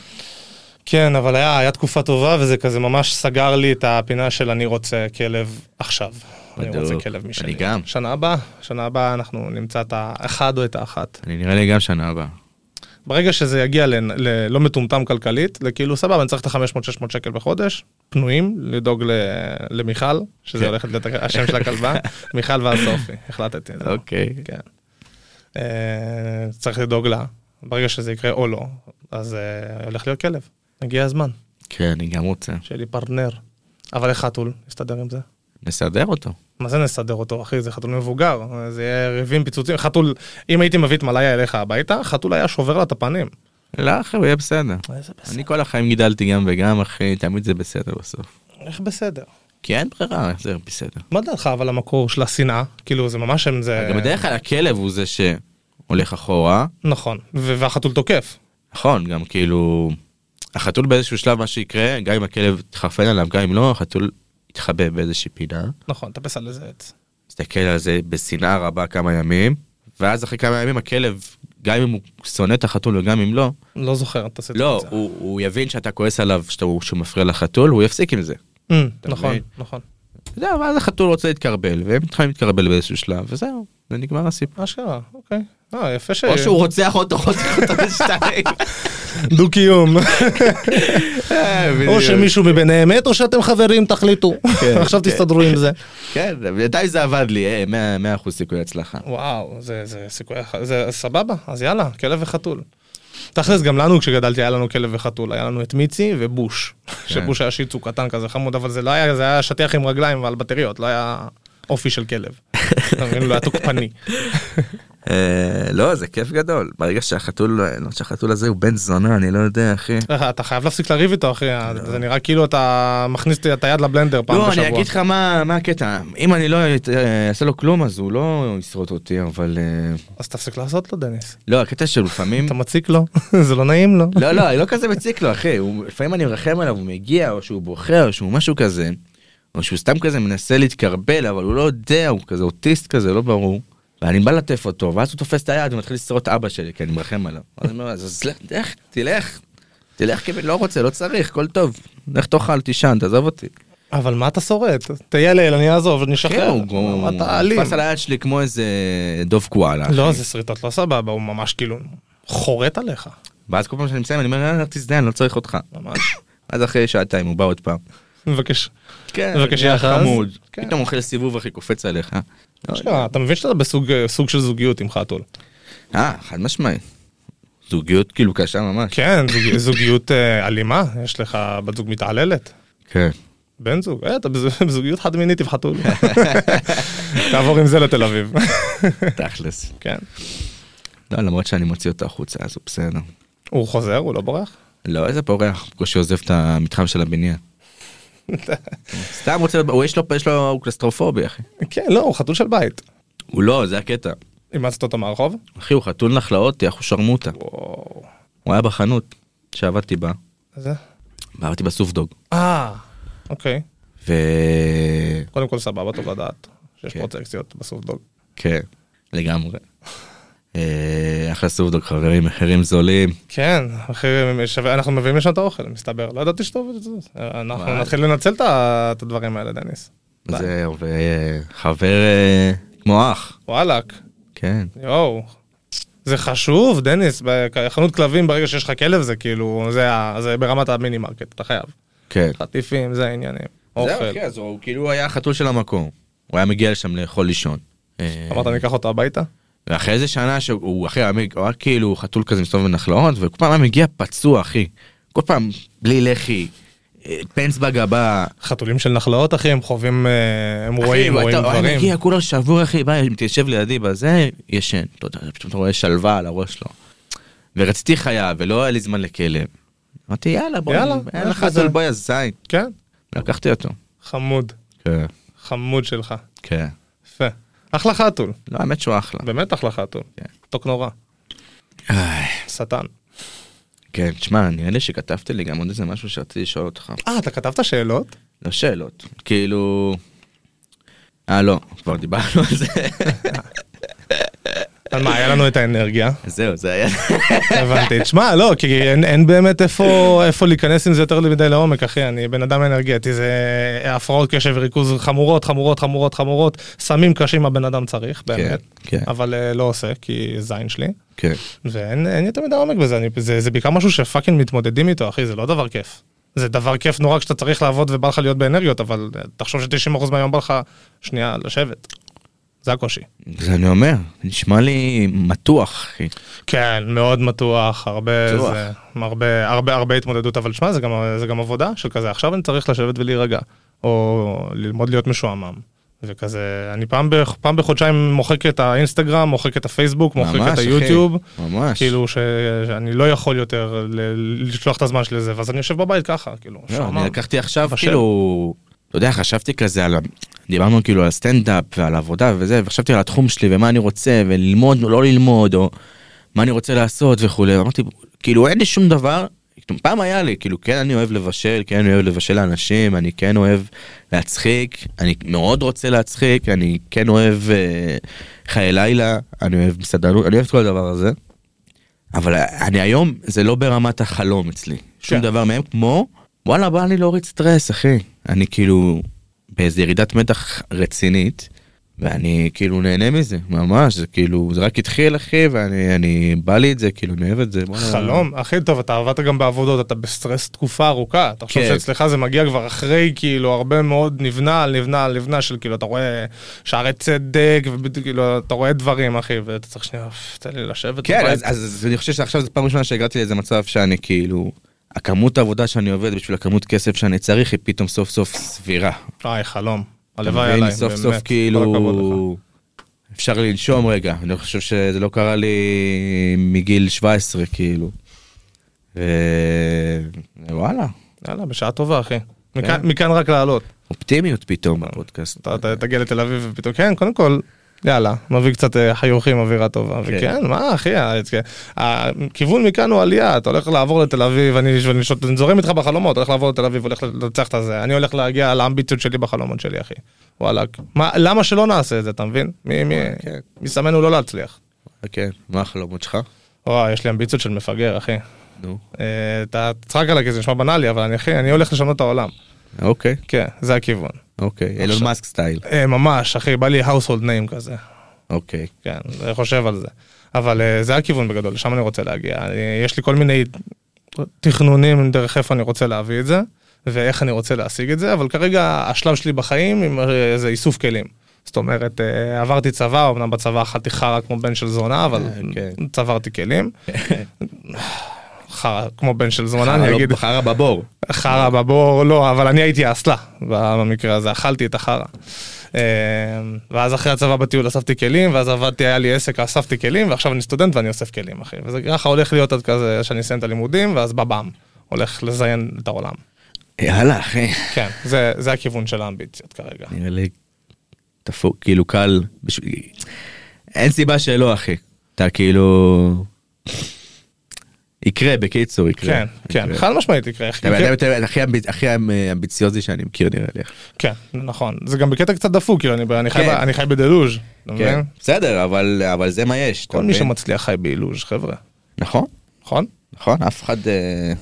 כן, אבל היה, היה תקופה טובה, וזה כזה ממש סגר לי את הפינה של אני רוצה כלב עכשיו. אני
בדיוק.
רוצה כלב משלי.
אני גם.
שנה הבאה, שנה הבאה אנחנו נמצא את האחד או את האחת.
אני נראה לי גם שנה הבאה.
ברגע שזה יגיע ל- ל- לא מטומטם כלכלית, לכאילו סבבה, אני צריך את ה-500-600 שקל בחודש, פנויים, לדאוג ל- למיכל, שזה
כן.
הולך להיות השם של הכלבה, מיכל ואז סופי, החלטתי. זהו.
אוקיי.
כן. אה, צריך לדאוג לה, ברגע שזה יקרה או לא, אז אה, הולך להיות כלב. הגיע הזמן,
כן, אני גם רוצה.
שיהיה לי פרטנר. אבל איך חתול יסתדר עם זה?
נסדר אותו.
מה זה נסדר אותו אחי? זה חתול מבוגר, זה יהיה ריבים, פיצוצים, חתול, אם הייתי מביא את מלאיה אליך הביתה, חתול היה שובר לה את הפנים.
לא, אחי, הוא יהיה בסדר.
איזה בסדר.
אני כל החיים גידלתי גם וגם, אחי, תמיד זה בסדר בסוף.
איך בסדר?
כי אין ברירה, זה בסדר.
מה דעתך אבל המקור של השנאה? כאילו זה ממש הם זה...
גם בדרך כלל הכלב הוא זה שהולך אחורה.
נכון, ו- והחתול תוקף.
נכון, גם כאילו... החתול באיזשהו שלב, מה שיקרה, גם אם הכלב יתחרפן עליו, גם אם לא, החתול יתחבא באיזושהי פינה.
נכון, טפס על איזה עץ.
יסתכל על זה בשנאה רבה כמה ימים, ואז אחרי כמה ימים הכלב, גם אם הוא שונא את החתול וגם אם לא,
לא זוכר את הסיטואציה.
לא, הוא, הוא יבין שאתה כועס עליו שאתה, שהוא מפריע לחתול, הוא יפסיק עם זה.
אמ,
אתה
נכון,
מבין?
נכון.
זהו, ואז החתול רוצה להתקרבל, והם מתחילים להתקרבל באיזשהו שלב, וזהו, זה נגמר הסיפור.
אשכרה, אוקיי. אה, יפה ש...
או שהוא רוצח אותו, רוצח אותו בשתיים.
דו-קיום.
אה,
או שמישהו מביניהם מת, או שאתם חברים, תחליטו.
כן,
עכשיו
כן.
תסתדרו עם זה.
כן, בינתיים זה עבד לי, אה, 100 100 אחוז סיכוי הצלחה.
וואו, זה זה סיכוי... זה סבבה, אז יאללה, כלב וחתול. תכלס, גם לנו כשגדלתי היה לנו כלב וחתול, היה לנו את מיצי ובוש.
כן.
שבוש היה שיצו קטן כזה חמוד, אבל זה לא היה, זה היה שטיח עם רגליים ועל בטריות, לא היה אופי של כלב. אתה מבין? לא היה תוקפני.
אה, לא, זה כיף גדול. ברגע שהחתול, לא, שהחתול הזה הוא בן זונה, אני לא יודע, אחי.
אתה חייב להפסיק לריב איתו, אחי, זה נראה כאילו אתה מכניס את היד לבלנדר פעם
לא,
בשבוע.
אני אגיד לך מה מה הקטע. אם אני לא אה, אעשה לו כלום, אז הוא לא ישרוט אותי, אבל... אה,
אז תפסיק לעשות לו, דניס.
לא, הקטע שלפעמים...
אתה מציק לו, זה לא נעים לו.
לא, לא, אני לא כזה מציק לו, אחי. הוא- לפעמים אני מרחם עליו, הוא מגיע, או שהוא בוכה, או שהוא משהו כזה, או שהוא סתם כזה מנסה להתקרבל, אבל הוא לא יודע, הוא כזה אוטיסט כזה, לא ברור. ואני בא לטף אותו, ואז הוא תופס את היד ומתחיל לסרוק את אבא שלי, כי אני מרחם עליו. אז אני אומר, אז לך, לך, תלך, תלך, כי לא רוצה, לא צריך, הכל טוב. לך תאכל, תישן, תעזוב אותי.
אבל מה אתה שורט? תהיה לאל, אני אעזוב, אני
כן,
אשחרר.
הוא הוא-
מה, אתה
הוא
אלים.
נתפס על היד שלי כמו איזה דוב קואלה.
לא,
אחי.
זה שריטות לא סבבה, הוא ממש כאילו חורט עליך.
ואז כל פעם שאני מסיים, אני אומר, "אה, לך תזדיין, לא צריך אותך.
ממש.
אז אחרי שעתיים הוא בא עוד פעם.
מבקש.
כן,
מבקש
נהיה
יחס.
חמוד.
כן.
פתאום אוכל סיבוב אחי קופץ עליך.
אשכרה, אתה מבין שאתה בסוג אה, סוג של זוגיות עם חתול.
אה, חד משמעי. זוגיות כאילו קשה ממש.
כן, זוג- זוגיות אה, אלימה, יש לך בת זוג מתעללת.
כן.
בן זוג, אה, אתה בז- בזוגיות חד מינית עם חתול. תעבור עם זה לתל אביב.
תכלס.
כן.
לא, למרות שאני מוציא אותה החוצה, אז הוא בסדר.
הוא חוזר, הוא לא בורח?
לא, איזה פורח, בקושי עוזב את המתחם של הבניין. סתם רוצה, הוא יש לו, יש לו, הוא קלסטרופובי אחי.
כן, לא, הוא חתול של בית.
הוא לא, זה הקטע.
אימצת אותו מהרחוב?
אחי, הוא חתול נחלאותי, אחו שרמוטה.
וואו.
הוא היה בחנות שעבדתי בה,
זה?
ועבדתי בסופדוג.
אה, אוקיי.
ו...
קודם כל סבבה, טוב לדעת שיש
כן.
פרוטקציות בסוף דוג.
כן, לגמרי. אה, אחלה סופדוג חברים, מחירים זולים.
כן, אחי, שווה- אנחנו מביאים לשם את האוכל, מסתבר. לא ידעתי שטוב את זה. אנחנו
וואי.
נתחיל לנצל את ה- את הדברים האלה, דניס. ביי.
זהו, וחבר אה, כמו אח.
וואלאק,
כן.
יואו. זה חשוב, דניס, בחנות כלבים ברגע שיש לך כלב זה כאילו, זה ה- זה ברמת המיני מרקט, אתה חייב.
כן.
חטיפים, זה העניינים.
זהו,
אוכל.
כן, אז הוא כאילו היה החתול של המקום. הוא היה מגיע לשם לאכול לישון. אה,
אמרת ניקח אותו הביתה?
ואחרי איזה שנה שהוא אחי היה מג- הוא היה כאילו חתול כזה מסתובב בנחלאות וכל פעם היה מגיע פצוע אחי. כל פעם בלי לחי. אה, פנס בגבה.
חתולים של נחלאות אחי, הם חווים, אה, הם רואים,
אחי,
רואים
אתה- הוא היה
דברים.
מגיע כולו שבור אחי, בא, מתיישב לידי בזה, ישן. אתה יודע, פתאום אתה רואה שלווה על הראש שלו. ורציתי חיה ולא היה לי זמן לכלב. אמרתי יאללה בוא,
יאללה,
יאללה
לך זה."
חתול בואי הזין.
כן,
לקחתי אותו.
חמוד,
כן.
חמוד שלך.
כן.
יפה. אחלה חתול,
לא, האמת שהוא אחלה.
באמת אחלה חתול.
כן.
תוק נורא,
איי,
שטן.
כן, תשמע, נראה לי שכתבת לי גם עוד איזה משהו שרציתי לשאול אותך.
אה, אתה כתבת שאלות?
לא שאלות, כאילו... אה, לא, כבר דיברנו על זה.
על מה, היה לנו את האנרגיה?
זהו, זה היה...
הבנתי. תשמע, לא, כי אין, אין באמת איפה, איפה להיכנס עם זה יותר מדי לעומק, אחי. אני בן אדם אנרגטי, זה הפרעות קשב וריכוז חמורות, חמורות, חמורות, חמורות. סמים קשים הבן אדם צריך, באמת.
כן, כן.
אבל אה, לא עושה, כי זין שלי.
כן.
ואין אין יותר מדי עומק בזה, אני, זה, זה בעיקר משהו שפאקינג מתמודדים איתו, אחי, זה לא דבר כיף. זה דבר כיף נורא כשאתה צריך לעבוד ובא לך להיות באנרגיות, אבל אה, תחשוב ש-90% מהיום בא לך שנייה לשבת. זה הקושי.
זה אני אומר, נשמע לי מתוח, אחי.
כן, מאוד מתוח, הרבה,
מתוח.
זה, הרבה, הרבה, הרבה התמודדות, אבל שמע, זה גם, זה גם עבודה של כזה, עכשיו אני צריך לשבת ולהירגע, או ללמוד להיות משועמם. וכזה, אני פעם, בח, פעם בחודשיים מוחק את האינסטגרם, מוחק את הפייסבוק, מוחק
ממש,
את
אחי.
היוטיוב.
ממש.
כאילו ש- שאני לא יכול יותר ל- לשלוח את הזמן שלי לזה, ואז אני יושב בבית ככה, כאילו,
לא,
שמה.
אני לקחתי עכשיו,
בשם.
כאילו... אתה יודע, חשבתי כזה על... ה- דיברנו כאילו על סטנדאפ ועל עבודה וזה, וחשבתי על התחום שלי ומה אני רוצה, וללמוד או לא ללמוד, או מה אני רוצה לעשות וכולי. אמרתי, כאילו אין לי שום דבר. כאילו, פעם היה לי, כאילו, כן, אני אוהב לבשל, כן, אני אוהב לבשל לאנשים, אני כן אוהב להצחיק, אני מאוד רוצה להצחיק, אני כן אוהב אה, חיי לילה, אני אוהב מסעדנות, אני אוהב את כל הדבר הזה. אבל אני היום, זה לא ברמת החלום אצלי. שום
כן.
דבר מהם, כמו, וואלה, בא לי להוריד סטרס, אחי. אני כאילו באיזה ירידת מתח רצינית, ואני כאילו נהנה מזה, ממש, זה כאילו, זה רק התחיל, אחי, ואני אני, בא לי את זה, כאילו, אני אוהב את זה. וואלה.
חלום, הכי טוב, אתה עבדת גם בעבודות, אתה בסטרס תקופה ארוכה, אתה חושב
כן.
שאצלך זה מגיע כבר אחרי, כאילו, הרבה מאוד נבנה על נבנה על נבנה של, כאילו, אתה רואה שערי צדק, וכאילו, אתה רואה דברים, אחי, ואתה צריך שנייה, "אוף, תן לי לשבת.
כן,
בבית."
אז, אז אני חושב שעכשיו זו פעם ראשונה שהגעתי לאיזה מצב שאני כאילו, הכמות העבודה שאני עובד בשביל הכמות כסף שאני צריך היא פתאום סוף סוף סבירה.
איי, חלום.
אתה
הלוואי
מבין?
עליי,
סוף
באמת. כל
סוף
הכבוד לך.
כאילו אפשר לנשום רגע אני חושב שזה לא קרה לי מגיל 17 כאילו. ו- וואלה
יאללה, בשעה טובה, אחי. מכאן-
כן.
מכאן רק לעלות.
אופטימיות פתאום בפודקאסט.
אתה- אתה תגיע לתל אביב ופתאום, כן, קודם כל, יאללה, מביא קצת אה, חיוכים, אווירה טובה.
כן.
וכן, מה אחי, ה- הכיוון מכאן הוא עלייה, אתה הולך לעבור לתל אביב, אני אני שוט- אני זורם איתך בחלומות, הולך לעבור לתל אביב, הולך לנצח את הזה, אני הולך להגיע לאמביציות שלי בחלומות שלי, אחי. וואלה, מה- למה שלא נעשה את זה, אתה מבין? מי- מי-
כן.
מי שמנו לא להצליח.
כן, מה החלומות שלך?
וואי, יש לי אמביציות של מפגר, אחי.
נו.
אה, אתה צחק עליי כי זה נשמע בנאלי, אבל אני אחי, אני הולך לשנות את העולם.
אוקיי,
כן, זה הכיוון.
אוקיי, אילון מאסק סטייל.
אה, ממש, אחי, בא לי household name כזה.
אוקיי.
כן, אני חושב על זה. אבל אה, זה הכיוון בגדול, לשם אני רוצה להגיע. אני- יש לי כל מיני תכנונים דרך איפה אני רוצה להביא את זה, ואיך אני רוצה להשיג את זה, אבל כרגע השלב שלי בחיים עם, אה, זה איסוף כלים. זאת אומרת, אה, עברתי צבא, אמנם בצבא אכלתי חרא כמו בן של זונה, אבל
אה, כן.
צברתי כלים. חרא כמו בן של זונה,
חרא
אני
לא-
אגיד.
חרא בבור.
חרא בבור, לא, אבל אני הייתי האסלה במקרה הזה, אכלתי את החרא. אה, ואז אחרי הצבא בטיול אספתי כלים, ואז עבדתי, היה לי עסק, אספתי כלים, ועכשיו אני סטודנט ואני אוסף כלים, אחי. וזה ככה הולך להיות עד כזה שאני אסיים את הלימודים, ואז בבאם, הולך לזיין את העולם.
יאללה, אחי.
כן, זה, זה הכיוון של האמביציות כרגע.
נראה לי דפוק, כאילו קל, בשביל... אין סיבה שלא אחי, אתה כאילו... יקרה בקיצור יקרה.
כן, כן,
יקרה.
חד משמעית יקרה.
אתה הבן
יקרה-
אדם יותר- הכי אמב- הכי אמ- אמביציוזי שאני מכיר נראה לי.
כן, נכון. זה גם בקטע קצת דפוק, כאילו, אני, אני, חי,
כן.
ב- אני חי בדלוז', אתה
כן,
מבין?
בסדר אבל אבל זה מה יש. אתה
כל מי
מבין?
שמצליח חי באילוז', חבר'ה,
נכון
נכון?
נכון אף אחד אה,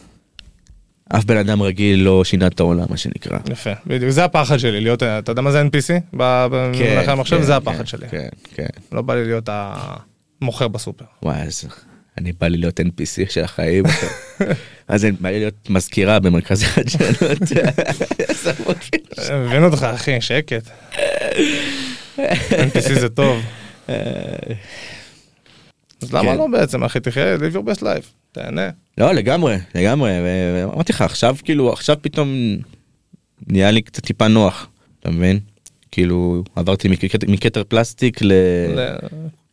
אף בן אדם רגיל לא שינה את העולם מה שנקרא.
יפה, בדיוק, זה הפחד שלי, להיות, אתה יודע מה זה NPC? ב- במונחי המחשב,
כן,
נכון, זה
כן,
הפחד שלי.
כן כן
לא בא לי להיות המוכר בסופר.
וואי אז אני בא לי להיות NPC של החיים. אז אני בא לי להיות מזכירה במרכז החדשנות. איזה מגעיל.
מבין אותך, אחי, שקט. NPC זה טוב. אז למה
כן.
לא בעצם, אחי, תחיה, live your best life, תהנה.
לא לגמרי לגמרי ו- ואמרתי לך עכשיו כאילו עכשיו פתאום נהיה לי קצת טיפה נוח אתה מבין כאילו עברתי מכתר- מכתר פלסטיק ל-
ל-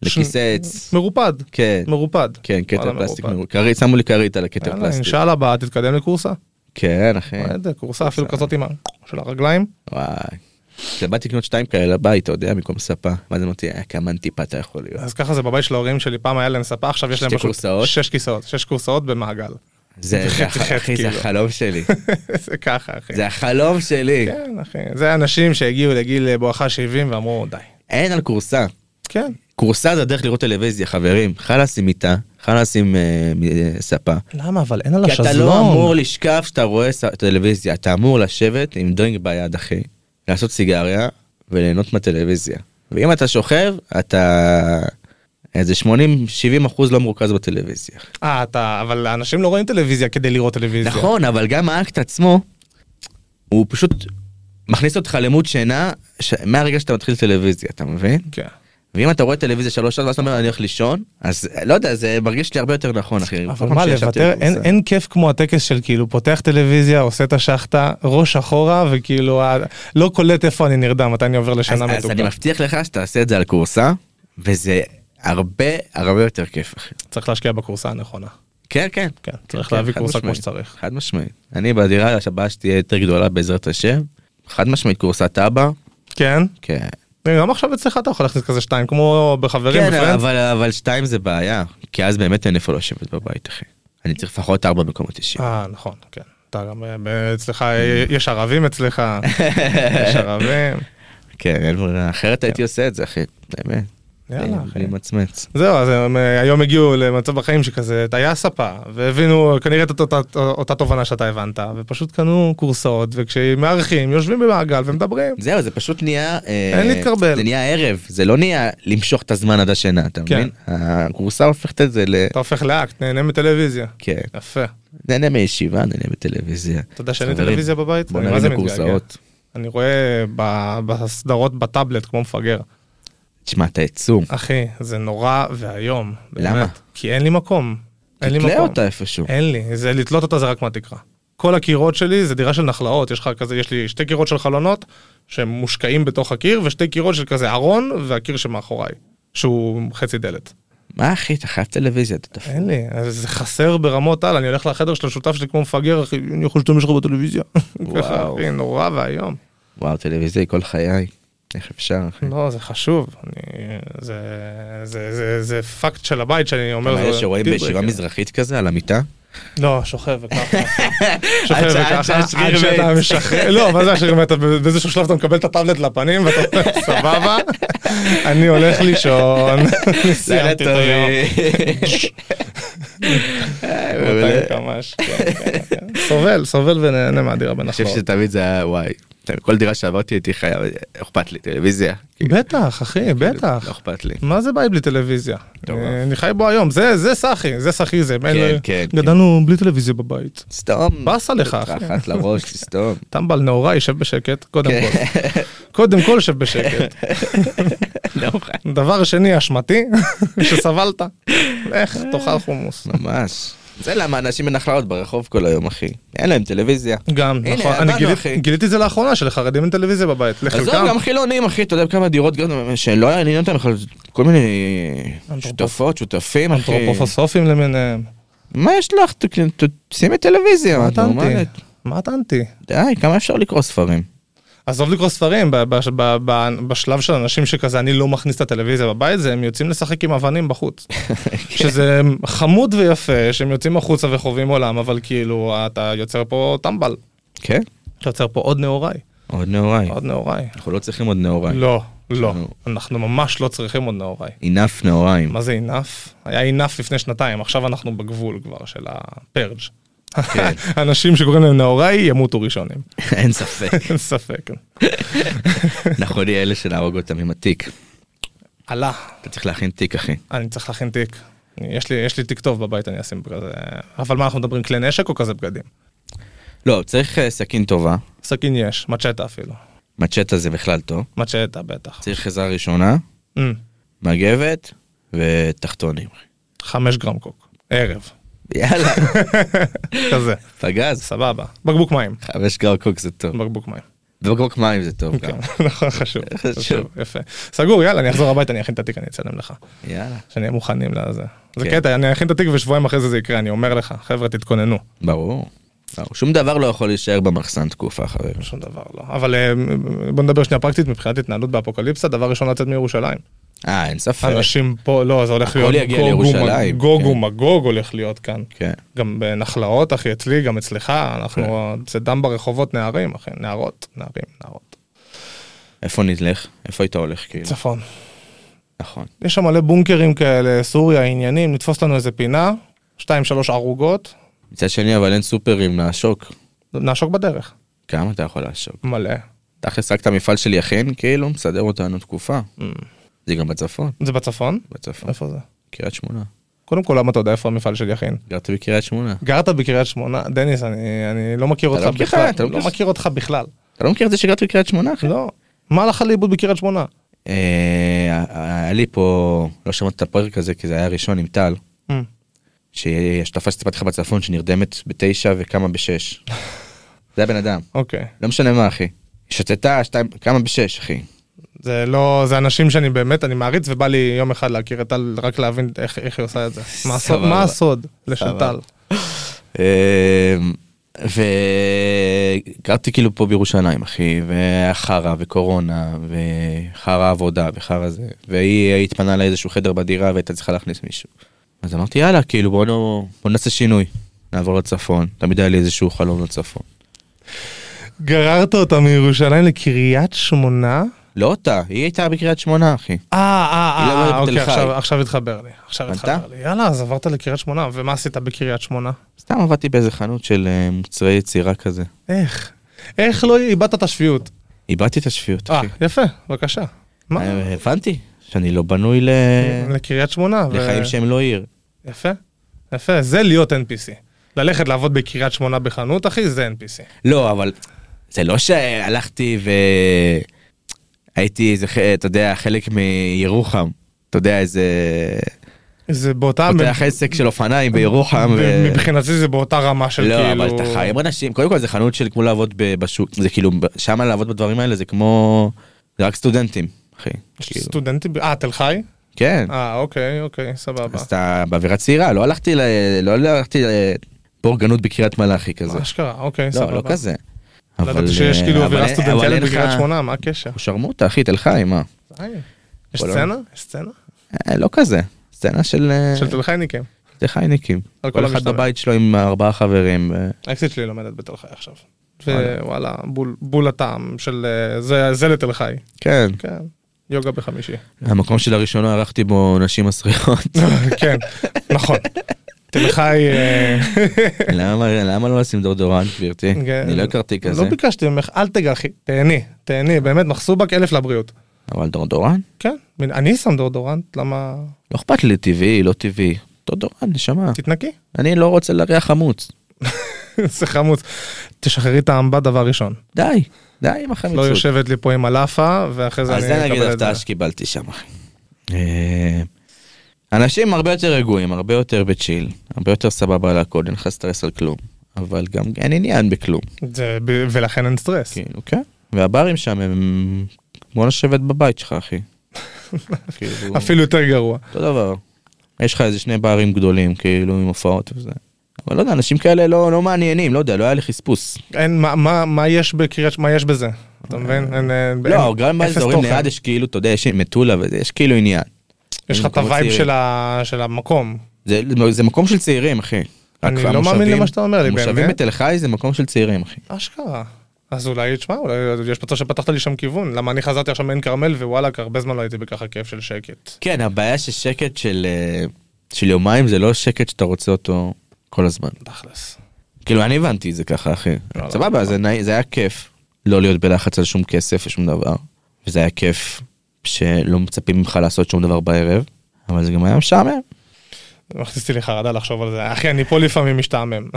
לכיסא
ש-
עץ
מרופד,
כן
מרופד.
כן
וואלה,
כתר פלסטיק
מרופד.
מרו- כרית שמו לי כרית על הכתר
יאללה,
פלסטיק
אינשאללה הבאה, תתקדם לקורסה.
כן אחי
מה זה, קורסה אפילו כזאת עם ה... של הרגליים.
וואי. כשבאתי לקנות שתיים כאלה לבית אתה יודע במקום ספה ואז אמרתי "אה, כמה אנטיפה אתה יכול להיות
אז ככה זה בבית של ההורים שלי, פעם היה להם ספה, עכשיו יש להם
כן. שתי
פשוט
קורסאות?
שש כיסאות, שש כורסאות במעגל.
זה
זה
זה
חצי
הח-
חצי,
אחי זה
כאילו.
החלום שלי
זה ככה, אחי.
זה החלום שלי
כן, אחי. זה אנשים שהגיעו לגיל אה, בואכה 70 ואמרו, די.
אין על כורסה
כן,
כורסה זה הדרך לראות טלוויזיה חברים חלאס עם מיטה חלאס עם אה, אה, ספה.
למה אבל אין על
כי
השזלון.
אתה לא אמור לשכב כשאתה רואה ס- טלוויזיה אתה אמור לשבת עם דרינג ביד אחי לעשות סיגריה וליהנות מהטלוויזיה ואם אתה שוכב אתה איזה 80 70 אחוז לא מרוכז בטלוויזיה.
אה, אתה, אבל אנשים לא רואים טלוויזיה כדי לראות טלוויזיה.
נכון אבל גם האקט עצמו הוא פשוט מכניס אותך למוד שינה ש... מהרגע שאתה מתחיל טלוויזיה אתה מבין?
כן.
ואם אתה רואה טלוויזיה שלוש שעות ואז אתה אומר אני הולך לישון אז לא יודע זה מרגיש לי הרבה יותר נכון אחי. כל
אבל
פעם
מה,
שישבתי
לוותר,
בכורסה.
אין, אין כיף כמו הטקס של כאילו פותח טלוויזיה, עושה את השחטה, ראש אחורה, וכאילו ה- לא קולט איפה אני נרדם, מתי אני עובר
אז,
לשינה
אז אני
מתוקה.
מבטיח לך שתעשה את זה על כורסה וזה הרבה הרבה יותר כיף אחי.
צריך להשקיע בכורסה הנכונה.
כן כן.
כן, צריך להביא
חד
כורסה כמו
משמעית.
שצריך.
חד משמעית. אני בדירה הבאה שתהיה יותר גדולה בעזרת השם. חד משמעית כורסת אבא.
כן?
כן.
גם עכשיו אצלך אתה יכול להכניס כזה שתיים, כמו בחברים,
כן
בפרנדס.
אבל אבל שתיים זה בעיה כי אז באמת אין איפה לשבת בבית אחי. אני צריך לפחות ארבע מקומות אישיים.
אה, נכון, כן. אתה גם, אה, ב- אצלך, אה, יש ערבים אצלך, יש ערבים. אה.
כן אין ברירה אחרת הייתי עושה את זה אחי. באמת.
יאללה,
בלי-
אחי.
בלי מצמץ.
זהו, אז הם אה, היום הגיעו למצב בחיים שכזה, היה ספה, והבינו כנראה את אותה, אותה תובנה שאתה הבנת, ופשוט קנו קורסאות, וכשמארחים, יושבים במעגל ומדברים.
זהו זה פשוט נהיה אה,
אין להתקרבל.
זה נהיה ערב זה לא נהיה למשוך את הזמן עד השינה אתה
כן.
מבין הכורסה הופכת את זה ל...
אתה הופך לאקט, נהנה מטלוויזיה.
כן.
יפה.
נהנה מישיבה נהנה בטלוויזיה.
אתה יודע שאין לי
חברים,
טלוויזיה בבית?
בוא
אני
נרים
מה זה
לכורסאות.
אני רואה ב- בסדרות בטאבלט כמו מפגר.
תשמע אתה עצום.
אחי, זה נורא ואיום.
למה?
באמת. כי אין לי מקום. אין לי
תתלה
מקום.
אותה איפשהו.
אין לי, זה לתלות אותה זה רק מהתקרה. כל הקירות שלי זה דירה של נחלאות, יש לך כזה, יש לי שתי קירות של חלונות שהם מושקעים בתוך הקיר ושתי קירות של כזה ארון והקיר שמאחוריי, שהוא חצי דלת.
מה אחי אתה חייב טלוויזיה אתה דפוק.
אין לי, אז זה חסר ברמות על, אני הולך לחדר של השותף שלי כמו מפגר, אחי, אני יכול להשתמש לך בטלוויזיה.
וואו.
ככה, אחי, נורא ואיום.
וואו טלוויזיה היא כל חיי. איך אפשר? אחי?
לא, זה חשוב. אני, זה, זה, זה, זה פאקט של הבית שאני אומר.
אלה
זה
שרואים
deal
בישיבה
breaker.
מזרחית כזה על המיטה?
לא, שוכב וככה.
עד
שוכב
שה- עד
וככה,
שהשריר
עד שאתה
מת.
משחרר. לא, מה זה השריר מת? אתה באיזשהו שלב אתה מקבל את הטאבלט לפנים ואתה אומר, סבבה, אני הולך לישון. אני סיימתי את היום.
מעולה. אוקיי, אה, נכון.
200 קמ"ש, כן, כן, כן. סובל, סובל ונהנה מהדירה
אני חושב
בנחלאות.
שתמיד זה היה וואי. כל דירה שעברתי הייתי חייב, אכפת לי, טלוויזיה.
בטח, אחי,
לא
אה, בטח.
אכפת לי.
מה זה בית בלי טלוויזיה? אה,
טוב.
אני אני חי בו היום, זה זה סאחי, זה סאחיזם. אין-
כן, כן, כן.
גדלנו בלי טלוויזיה בבית.
סתום.
באסה לך, אחי.
אחת לראש, תסתום.
טמבל נאורה, ישב בשקט, קודם
כן.
כל. קודם כל שב בשקט.
לא אוכל.
דבר שני, אשמתי, שסבלת. לך, תאכל חומוס.
ממש. זה למה אנשים מנחלאות ברחוב כל היום, אחי. אין להם טלוויזיה.
גם,
הנה,
נכון.
הבנו,
אני גיליתי-
אחי.
גיליתי את זה לאחרונה, שלחרדים אין טלוויזיה בבית.
עזוב,
לחלקם,
גם חילונים, אחי, אתה יודע כמה דירות גם- שלא היה עניין אותם בכלל, כל מיני
אנתרופופ-
שותפות, שותפים, אחי.
אנתרופוסופים למיניהם.
מה יש לך? ת- ת- שימי טלוויזיה,
מה
את נורמלית.
טענתי? מה טענתי?
די, כמה אפשר לקרוא ספרים?
עזוב לקרוא ספרים, ב- ב- ב- ב- בשלב של אנשים שכזה, אני לא מכניס את הטלוויזיה בבית, זה הם יוצאים לשחק עם אבנים בחוץ. שזה חמוד ויפה, שהם יוצאים החוצה וחווים עולם, אבל כאילו, אתה יוצר פה טמבל.
כן?
אתה יוצר פה עוד נעוריי,
עוד נעוריי.
עוד נעוריי.
אנחנו לא צריכים עוד נעוריי.
לא, לא,
נו.
אנחנו ממש לא צריכים עוד נעוריי.
אינף נעוריים.
מה זה אינף? היה אינף לפני שנתיים, עכשיו אנחנו בגבול כבר של הפרג'.
כן.
אנשים שקוראים להם נאוראי ימותו ראשונים,
אין ספק.
אין ספק.
אנחנו נהיה אלה שנהרוג אותם עם התיק.
עלה,
אתה צריך להכין תיק, אחי.
אני צריך להכין תיק. אני- יש לי, יש לי תיק טוב בבית, אני אשים כזה... אבל מה, אנחנו מדברים כלי נשק או כזה בגדים?
לא, צריך אה, סכין טובה.
סכין יש, מצ'טה אפילו.
מצ'טה זה בכלל טוב.
מצ'טה בטח.
צריך עזרה ראשונה,
Mm,
מגבת ותחתונים.
חמש גרם קוק, ערב,
יאללה,
כזה,
פגז.
סבבה. בקבוק מים,
חמש גר קוק זה טוב.
בקבוק מים.
ובקבוק מים זה טוב גם.
כן, נכון, חשוב,
חשוב.
חשוב, יפה. סגור, יאללה, אני אחזור הביתה, אני אכין את התיק, אני אצלם לך.
יאללה.
שנהיה מוכנים לזה. זה
כן.
קטע, אני אכין את התיק ושבועיים אחרי זה זה יקרה, אני אומר לך, חבר'ה, תתכוננו.
ברור. ברור. שום דבר לא יכול להישאר במחסן תקופה, חברים.
שום דבר לא. אבל אה, בוא נדבר שנייה פרקטית, מבחינת התנהלות באפוקליפסה, דבר ראשון לצאת מירושלים.
אה, אין ספק.
אנשים פה, לא, זה הולך
הכל
להיות
יגיע
גוג ומג-
לירושלים,
גוג
כן.
ומגוג הולך להיות כאן.
כן.
גם בנחלאות, אחי, אצלי, גם אצלך, אנחנו,
כן.
זה דם ברחובות נערים, אחי, נערות, נערים, נערות.
איפה נלך? איפה היית הולך, כאילו?
צפון.
נכון.
יש שם מלא בונקרים כאלה, סוריה, עניינים, נתפוס לנו איזה פינה, שתיים, שלוש ערוגות,
מצד שני, אבל אין סופרים לעשוק.
נעשוק בדרך.
כמה אתה יכול לעשוק?
מלא.
תכלס רק את המפעל של יכין, כאילו, מסדר אותנו תקופה. זה גם בצפון.
זה בצפון?
בצפון.
איפה זה?
קריית שמונה.
קודם כל, למה אתה יודע איפה המפעל של יכין?
גרתי בקריית שמונה.
גרת בקריית שמונה, דניס, אני, אני לא מכיר
אתה
אותך
לא מכיר,
בכלל.
אתה לא מכיר. כן.
לא מכיר אותך בכלל.
אתה לא מכיר את זה שגרתי בקריית שמונה, אחי?
לא. מה הלך לאיבוד בקריית שמונה?
אה, היה לי פה, לא שמעתי את הפרק הזה, כי זה היה ראשון עם טל,
Mm.
שתפסתי פתחה בצפון שנרדמת בתשע וקמה בשש. זה הבן אדם.
אוקיי.
לא משנה מה, אחי. שתתה, שתיים, כמה בשש, אחי.
זה לא, זה אנשים שאני באמת, אני מעריץ, ובא לי יום אחד להכיר את טל, רק להבין איך, איך היא עושה את זה. מה הסוד,
סבבה.
מה הסוד לשל
סבבה.
טל?
אה, וגרתי כאילו פה בירושלים אחי והיה חרא וקורונה וחרא עבודה וחרא זה והיא התפנה לאיזשהו חדר בדירה והייתה צריכה להכניס מישהו. אז אמרתי יאללה כאילו בוא, נו, בוא נעשה שינוי נעבור לצפון תמיד היה לי איזשהו חלום לצפון.
גררת אותה מירושלים לקריית שמונה?
לא אותה היא הייתה בקריית שמונה אחי.
אה, אה,
היא
אה,
למדת
אה, אוקיי,
בתל חי.
עכשיו, עכשיו התחבר לי. עכשיו
הבנת?
התחבר לי. יאללה, אז עברת לקריית שמונה, ומה עשית בקריית שמונה?
סתם עבדתי באיזה חנות של אה, מוצרי יצירה כזה.
איך? איך לא איבדת את השפיות?
איבדתי את השפיות
אה,
אחי.
יפה, בבקשה. מה? אה,
אה, הבנתי שאני לא בנוי ל...
לקריית שמונה. ו-
לחיים שהם לא עיר.
יפה, יפה, זה להיות NPC. ללכת לעבוד בקריית שמונה בחנות, אחי, זה NPC.
לא, אבל זה לא שהלכתי והייתי איזה, ח- אתה יודע, חלק מירוחם. אתה יודע, איזה...
זה באותה...
פותח עסק של אופניים בירוחם. ו-
ו... מבחינתי זה באותה רמה של
לא,
כאילו...
אבל אתה חי עם אנשים, קודם כל זה חנות של כמו לעבוד ב- בשוק, זה כאילו, שם לעבוד בדברים האלה זה כמו, זה רק סטודנטים, אחי. כאילו.
סטודנטים... אה, תל חי?
כן,
אה, אוקיי, אוקיי, סבבה.
אז אתה באווירה צעירה, לא הלכתי ל- לא הלכתי לבורגנות בקריית מלאכי כזה.
אשכרה, אוקיי,
לא,
סבבה.
לא כזה.
לא
אבל,
ידעתי שיש
אה,
כאילו
אבל
אווירה
אין- אבל
סטודנטיאלית
אין
בקריית
לך-
שמונה, מה הקשר?
שרמוטה, אחי, תל חי, מה?
די. יש
אבל לא.
סצנה? יש סצנה?
אה, לא כזה. סצנה של אה,
של תל חייניקים.
תל חייניקים.
על כל
כל אחד
המשתמע.
בבית שלו עם ארבעה חברים. אה,
האקסיט שלי לומדת בתל חי עכשיו.
וואלה.
ווואלה, בול- בול הטעם של אה, זה- זה לתל חי.
כן.
כן, יוגה בחמישי.
המקום שלראשונה ערכתי בו נשים מסריחות.
כן, נכון. תל חי... אה,
למה למה לא לשים דורדורנט, גברתי?
כן.
אני לא הכרתי כזה.
לא ביקשתי ממך, אל תגחי, תהני, תהני, באמת, מחסובק אלף לבריאות.
אבל דורדורנט?
כן, מן- אני שם דאודורנט, למה...
לא אכפת לי טבעי, לא טבעי. דורדורנט, נשמה.
תתנקי,
אני לא רוצה לריח חמוץ.
זה חמוץ. תשחררי את העמבה דבר ראשון.
די, די עם
לא
החמיצות.
יושבת לי פה עם הלאפה, ואחרי זה
אז זה
אני
נגיד
אקבל את זה.
הפתעה שקיבלתי שם. אחי. אה, אנשים הרבה יותר רגועים, הרבה יותר בצ'יל, הרבה יותר סבבה על הכל, אין לך סטרס על כלום. אבל גם אין עניין בכלום.
זה ב- ולכן אין סטרס.
כאילו, כן. והברים שם הם כמו לשבת בבית שלך, אחי. כאילו,
אפילו יותר גרוע.
אותו דבר. יש לך איזה שני ברים גדולים, כאילו, עם הופעות וזה. אבל לא יודע, אנשים כאלה לא, לא מעניינים, לא יודע, לא היה לי חספוס.
אין, מה- מה- מה יש בקריית, מה יש בזה? אתה מבין? אין- אין-
לא,
אין-
גם
אפס
באזורים
תוכן.
ליד יש כאילו, אתה יודע, יש מטולה וזה, יש כאילו עניין.
יש לך את
במקומות
הווייב
צעירים.
של ה- של המקום.
זה, זה מקום של צעירים, אחי.
אני
רק
לא
המושבים-
מאמין למה שאתה אומר לי,
המושבים
באמת?
בתל חי זה מקום של צעירים, אחי.
אשכרה. אז אולי, תשמע, אולי יש מצב שפתחת לי שם כיוון. למה אני חזרתי עכשיו מעין כרמל, ווואלכ, הרבה זמן לא הייתי בככה כיף של שקט.
כן, הבעיה ששקט של, אה, של יומיים זה לא שקט שאתה רוצה אותו כל הזמן.
תכלס.
כאילו, אני הבנתי את זה ככה, אחי.
לא,
סבבה, זה, נאי- זה היה כיף לא להיות בלחץ על שום כסף ושום דבר. וזה היה כיף שלא מצפים ממך לעשות שום דבר בערב, אבל זה גם היה משעמם.
זה מכניס לי לחרדה לחשוב על זה. אחי, אני פה לפעמים משתעמם.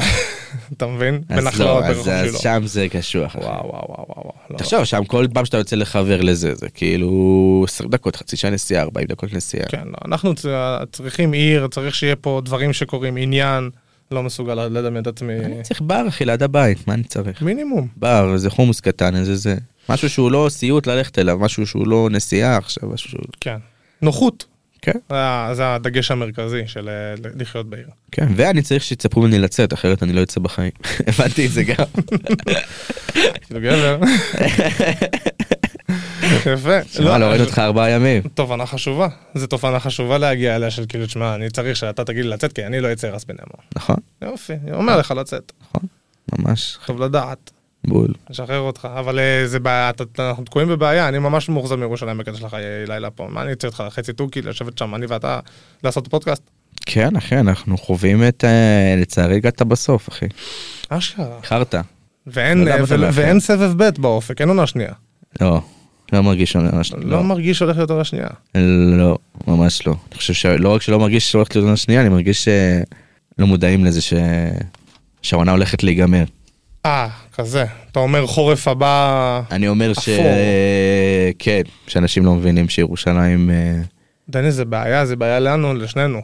אתה מבין? בין
אז לא,
הכלאות ברחוב
אז, אז
שלו.
שם זה קשוח. אחי.
וואו, וואו, וואו, וואו. לא.
תחשוב, שם כל פעם שאתה יוצא לחבר לזה, זה כאילו 20 דקות, חצי שעה נסיעה, 40 דקות נסיעה.
כן, לא, אנחנו צ- צריכים עיר, צריך שיהיה פה דברים שקורים, עניין, לא מסוגל לדמיין את עצמי.
אני צריך בר אחי ליד הבית, מה אני צריך?
מינימום.
בר, איזה חומוס קטן, איזה זה. משהו שהוא לא סיוט ללכת אליו, משהו שהוא לא נסיעה עכשיו, משהו שהוא...
כן. נוחות.
כן.
זה ה- זה הדגש המרכזי של אה, ל- לחיות בעיר.
כן, ואני צריך שיצפו ממני לצאת, אחרת אני לא אצא בחיים. הבנתי את זה גם.
כאילו גבר. יפה.
שמע, לא ראיתי אותך ארבעה ימים.
תובנה חשובה. זו תובנה חשובה להגיע אליה של כאילו, תשמע, אני צריך שאתה תגיד לי לצאת, כי אני לא אצא רס בנאמו.
נכון,
יופי, אני אומר לך לצאת.
ממש
טוב לדעת.
בול.
נשחרר אותך, אבל אה, זה בעיה, אתה- אתה- אנחנו תקועים בבעיה, אני ממש מאוכזב מירושלים בקטע שלך אה, לילה פה, מה אני צריך אותך חצי תוכי לשבת שם, אני ואתה, לעשות פודקאסט?
כן, אחי, אנחנו חווים את... אה, לצערי הגעת בסוף, אחי.
אשכרה.
איחרת.
ואין
לא יודע
אה,
מה אתה
ול-
מאחר.
ואין סבב ב' באופק, אין עונה שנייה.
לא, לא מרגיש עונה שנייה.
לא מרגיש שהולך להיות עונה שנייה.
לא, ממש לא. אני חושב שלא רק שלא מרגיש שהולכת להיות עונה שנייה, אני מרגיש שלא מודעים לזה ש... שהעונה הולכת להיגמר.
אה, כזה. אתה אומר חורף הבא,
אני אומר ש...
אפור.
כן, שאנשים לא מבינים שירושלים... אה,
דני זה בעיה, זה בעיה לנו, לשנינו.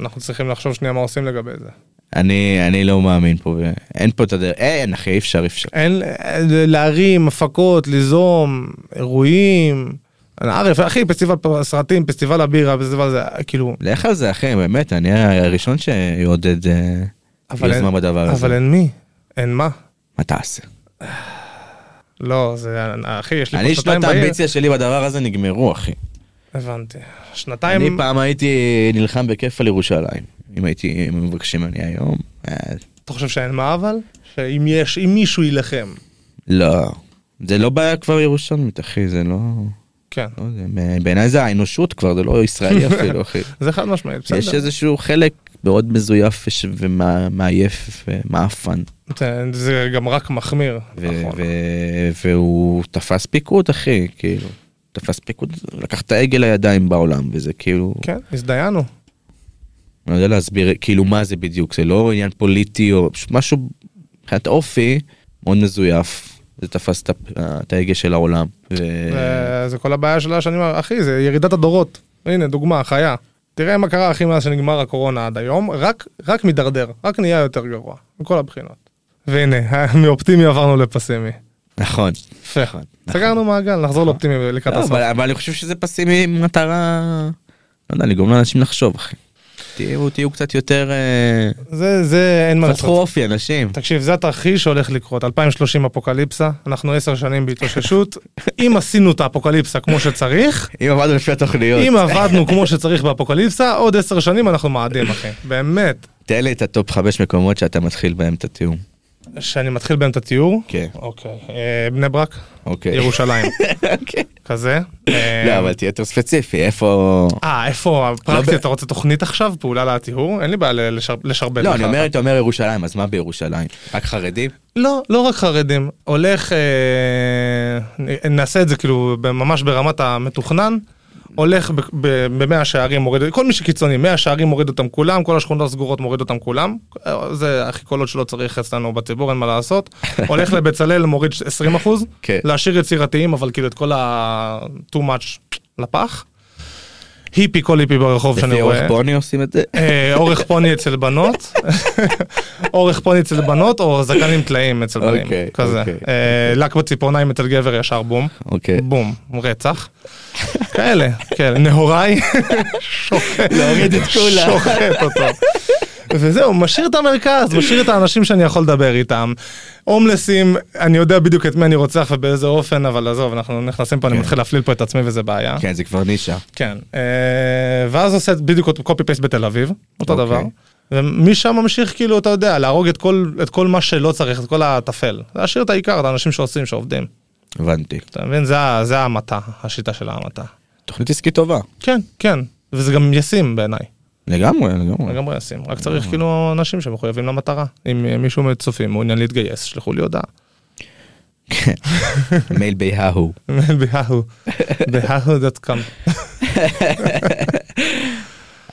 אנחנו צריכים לחשוב שנייה מה עושים לגבי זה.
אני, אני לא מאמין פה, ב- אין פה את הדרך, אין אחי, אי אפשר, אי אפשר.
אין, אה, להרים, הפקות, ליזום, אירועים. ערף, אחי, פסטיבל פ- סרטים, פסטיבל הבירה, פסטיבל זה, כאילו,
לך על זה אחי, באמת, אני הראשון שיעודד אה,
אבל אין,
יוזמה בדבר הזה.
אבל אין מי, אין מה.
מה תעשה?
לא, זה, אחי, יש לי פה
אני,
שנתיים
שנות
בעיר.
האמביציה שלי בדבר הזה נגמרו, אחי.
הבנתי.
אני
שנתיים,
פעם הייתי נלחם בכיף על ירושלים. אם הייתי, אם מבקשים אני היום, אה,
אתה חושב שאין מה אבל? שאם יש, אם מישהו יילחם.
לא. זה לא בעיה כבר ירושלמית, אחי, זה לא...
כן.
לא יודע, בעיניי זה האנושות כבר, זה לא ישראלי אפילו, אחי.
זה חד משמעית,
יש
בסדר.
איזשהו חלק מאוד מזויף וש- ומעייף ומעפן.
זה- זה גם רק מחמיר.
ו-
נכון.
ו- והוא תפס פיקוד אחי כאילו תפס פיקוד לקח את ההגה לידיים בעולם וזה כאילו
כן, הזדיינו.
אני לא יודע להסביר כאילו מה זה בדיוק זה לא עניין פוליטי או פשוט משהו מבחינת אופי מאוד מזויף זה תפס את ה- את ההגה של העולם. ו-
אה, זה- זה כל הבעיה של השנים, ה- אחי, זה ירידת הדורות. הנה, דוגמה, חיה. תראה מה קרה, אחי, מאז שנגמר הקורונה עד היום, רק, רק מידרדר, רק נהיה יותר גרוע, מכל הבחינות. והנה, מאופטימי עברנו לפסימי.
נכון.
יפה. סגרנו מעגל, נחזור לאופטימי לקראת
לא,
הסוף.
אבל אבל אני חושב שזה פסימי עם מטרה. לא יודע לגרום לאנשים לחשוב אחי. תהיו תהיו קצת יותר... אה,
זה, זה, אין מה
פתחו
לעשות.
אופי, אנשים.
תקשיב, זה התרחיש שהולך לקרות, 2030 אפוקליפסה, אנחנו עשר שנים בהתאוששות. אם עשינו את האפוקליפסה כמו שצריך,
אם עבדנו לפי התוכניות.
אם עבדנו כמו שצריך באפוקליפסה, עוד עשר שנים אנחנו מאדים, אחי. באמת.
תן לי את הטופ חמש מקומות שאתה מתחיל בהם את התיאום.
שאני מתחיל בהם את התיאור.
כן.
אוקיי. אה, בני ברק,
אוקיי.
ירושלים.
אוקיי.
כזה. אה,
לא, אבל תהיה יותר ספציפי, איפה...
אה, איפה
לא
הפרקטי?
ב-
אתה רוצה תוכנית עכשיו? פעולה לטיהור? אין לי בעיה ל- לשר- לשרבט
לא,
לך.
אני אומר, אתה אומר ירושלים, אז מה בירושלים? רק חרדים?
לא, לא רק חרדים. הולך, אה, נעשה את זה כאילו ב- ממש ברמת המתוכנן. הולך ב- ב- במאה שערים מוריד, כל מי שקיצוני, מאה שערים מוריד אותם כולם, כל השכונות הסגורות מוריד אותם כולם. אה, זה הכי קולות שלא צריך אצלנו בציבור, אין מה לעשות. הולך לבצלאל מוריד 20 אחוז,
כן.
להשאיר יצירתיים, אבל כאילו את כל ה... too much לפח. היפי כל היפי ברחוב שאני
לפי
רואה.
אורך בוני עושים את זה?
אה, אורך פוני אצל בנות, אורך פוני אצל בנות או זקן עם טלאים אצל בנים,
אוקיי,
כזה.
אוקיי,
אה, לק בציפורניים אצל גבר ישר בום,
אוקיי.
בום, רצח. כאלה, כאלה, נהוראי, שוחט,
להוריד את כולם.
שוחט אותו. וזהו, משאיר את המרכז, משאיר את האנשים שאני יכול לדבר איתם. הומלסים, אני יודע בדיוק את מי אני רוצח ובאיזה אופן, אבל עזוב, אנחנו נכנסים פה, אני
כן.
מתחיל להפליל פה את עצמי וזה בעיה.
כן, זה כבר נישה.
כן, אה, ואז עושה בדיוק אותו קופי פייסט בתל אביב, אותו
אוקיי.
דבר. ומשם ממשיך כאילו אתה יודע להרוג את כל את כל מה שלא צריך את כל הטפל להשאיר את העיקר את האנשים שעושים שעובדים
הבנתי.
אתה מבין זה ה- זה ההמתה השיטה של ההמתה
תוכנית עסקית טובה.
כן כן וזה גם ישים בעיניי
לגמרי, לגמרי.
לגמרי ישים רק צריך כאילו אנשים שמחויבים למטרה אם אה, מישהו מהצופים מעוניין להתגייס שלחו לי הודעה.
מייל ביהו.
בהאו בהאו דוט קאם.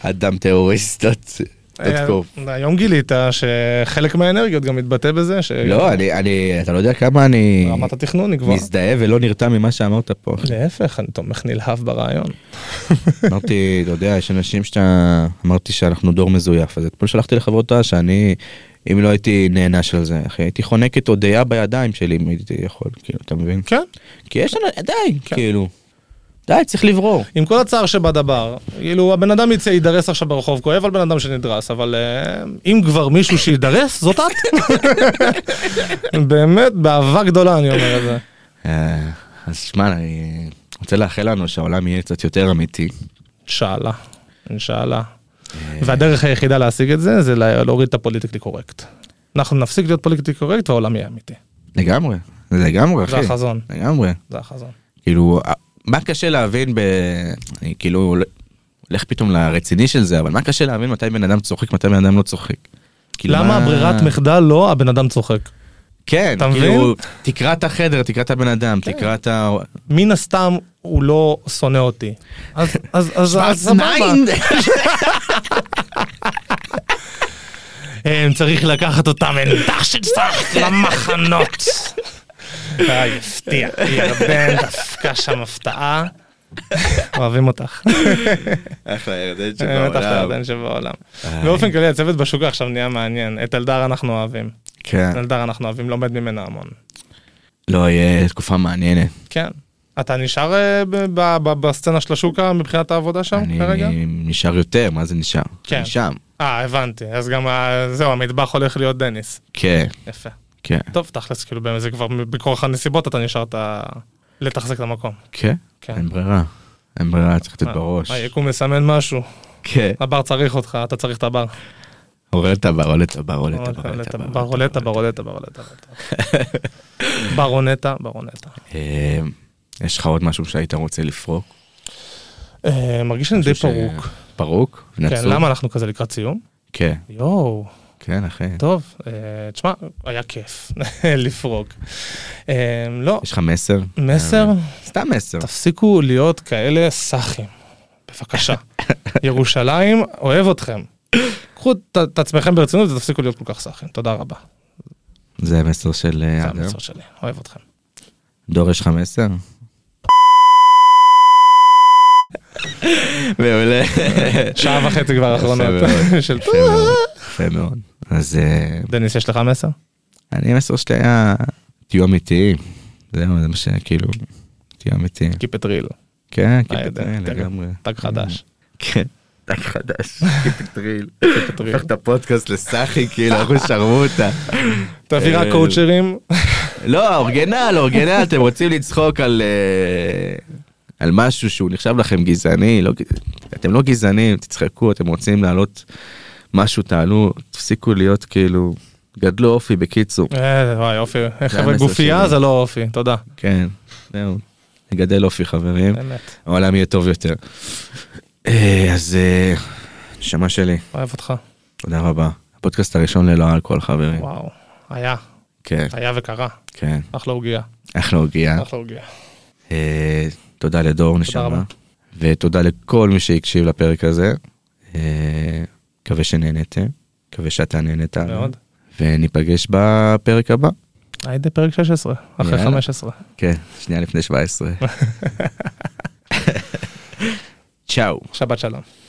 אדם טרוריסט. דוט- דוט קום.
אה, היום גילית שחלק מהאנרגיות גם מתבטא בזה ש...
לא, אני, אני, אתה לא יודע כמה אני
רמת התכנון היא גבוהה.
מזדהה ולא נרתע ממה שאמרת פה.
להפך, אני תומך נלהב ברעיון.
אמרתי, אתה יודע, יש אנשים שאתה... אמרתי שאנחנו דור מזויף, אז אתמול שלחתי לך הודעה שאני, אם לא הייתי נענש על זה, אחי, הייתי חונק את הודיה בידיים שלי אם הייתי יכול, כאילו, אתה מבין?
כן.
כי יש לנו, די, כאילו. די, צריך לברור.
עם כל הצער שבדבר, כאילו הבן אדם יצא, יידרס עכשיו ברחוב, כואב על בן אדם שנדרס, אבל אה, אם כבר מישהו שיידרס, זאת את. באמת, באהבה גדולה אני אומר את זה.
אה, אז שמע, אני רוצה לאחל לנו שהעולם יהיה קצת יותר אמיתי.
אינשאללה, אינשאללה. והדרך היחידה להשיג את זה, זה לה- להוריד את הפוליטיקלי קורקט. אנחנו נפסיק להיות פוליטיקלי קורקט והעולם יהיה אמיתי.
לגמרי, לגמרי, אחי.
זה החזון,
לגמרי.
זה החזון.
כאילו, אה, מה קשה להבין ב... אני כאילו הול- הולך פתאום לרציני של זה, אבל מה קשה להבין מתי בן אדם צוחק, מתי בן אדם לא צוחק. כאילו,
למה
מה-
הברירת מחדל לא הבן אדם צוחק?
כן,
אתה כן.
כאילו, תקרא את החדר, תקרא את הבן אדם, תקרא את ה...
מן הסתם הוא לא שונא אותי. אז אז אז אז סבבה. אה,
מאזניים.
הם צריך לקחת אותם אנדח שצריך למחנות. אה, הפתיע, ירדן דפקה שם הפתעה. אוהבים אותך.
אחלה ירדן
באמת אחלה
שבעולם.
ירדן שבעולם. באופן כללי הצוות בשוק עכשיו נהיה מעניין. את אלדר אנחנו אוהבים.
כן,
את אלדר אנחנו אוהבים, לומד ממנה המון.
לא, יהיה תקופה מעניינת.
כן. אתה נשאר אה, ב- ב- ב- בסצנה של השוקה מבחינת העבודה שם כרגע?
אני נשאר יותר, מה זה נשאר?
כן.
אני שם.
אה, הבנתי. אז גם ה- זהו, המטבח הולך להיות דניס.
כן,
יפה.
כן,
טוב, תכלס, כאילו, באמת, זה כבר בכורח הנסיבות אתה נשארת לתחזק את המקום.
כן,
כן.
אין ברירה. אין ברירה, צריך לתת בראש.
אה, היקום מסמן משהו,
כן.
הבר צריך אותך, אתה צריך את הבר.
רולטה בר, רולטה בר, רולטה בר, רולטה בר.
ברולטה, ברולטה, ברולטה, ברולטה. ברונטה, ברונטה.
אה, יש לך עוד משהו שהיית רוצה לפרוק?
אה, מרגיש לי די
משהו ש-
פרוק.
פרוק?
כן,
נצור?
למה אנחנו כזה לקראת סיום?
כן,
יואו,
כן, אחי.
טוב, אה, תשמע, היה כיף לפרוק. אה, לא,
יש אה, לך מסר?
מסר?
סתם מסר.
תפסיקו להיות כאלה סאחים, בבקשה. ירושלים, אוהב אתכם. קחו את- את עצמכם ברצינות ותפסיקו להיות כל כך סאחים, תודה רבה.
זה המסר של אה,
זה
אדם.
המסר שלי, אוהב אתכם.
דור, יש לך מסר? מעולה.
שעה וחצי כבר
יפה
האחרונות
מאוד,
של
יפה מאוד, יפה מאוד. אז אה,
דניס, יש לך מסר?
אני המסר שלי היה, תהיו אמיתיים. זהו, זה מה שכאילו, תהיו אמיתיים.
קיפ את ריל,
כן,
יודע,
כן,
תג-
לגמרי.
תג חדש.
כן. סטאפ חדש, קיפטריל. הופך את הפודקאסט לסאחי, כאילו, אנחנו שרמוטה.
תביא
אה,
רק קואוצ'רים.
לא, אורגנל, אורגנל, אתם רוצים לצחוק על... אה, על משהו שהוא נחשב לכם גזעני, לא, גז- אתם לא גזענים, תצחקו, אתם רוצים להעלות משהו, תעלו, תפסיקו להיות כאילו, גדלו אופי בקיצור,
אה, וואי, אופי. חבר'ה,
המסר
גופייה
שלי.
זה לא אופי, תודה.
כן, זהו, נגדל אופי חברים,
באמת,
העולם יהיה טוב יותר. אה, אז אה, נשמה שלי,
אוהב אותך.
תודה רבה. הפודקאסט הראשון ללא אלכוהול חברים.
וואו. היה,
כן,
היה וקרה.
כן,
אחלה עוגיה,
אחלה עוגיה.
אחלה עוגיה.
אה, תודה לדור נשמה,
רבה.
ותודה לכל מי שהקשיב לפרק הזה. אה, מקווה שנהנתם, מקווה שאתה נהנת.
מאוד.
וניפגש בפרק הבא.
הייתי פרק 16, אחרי
יאללה.
15.
כן, שנייה לפני 17. צ'או.
שבת שלום.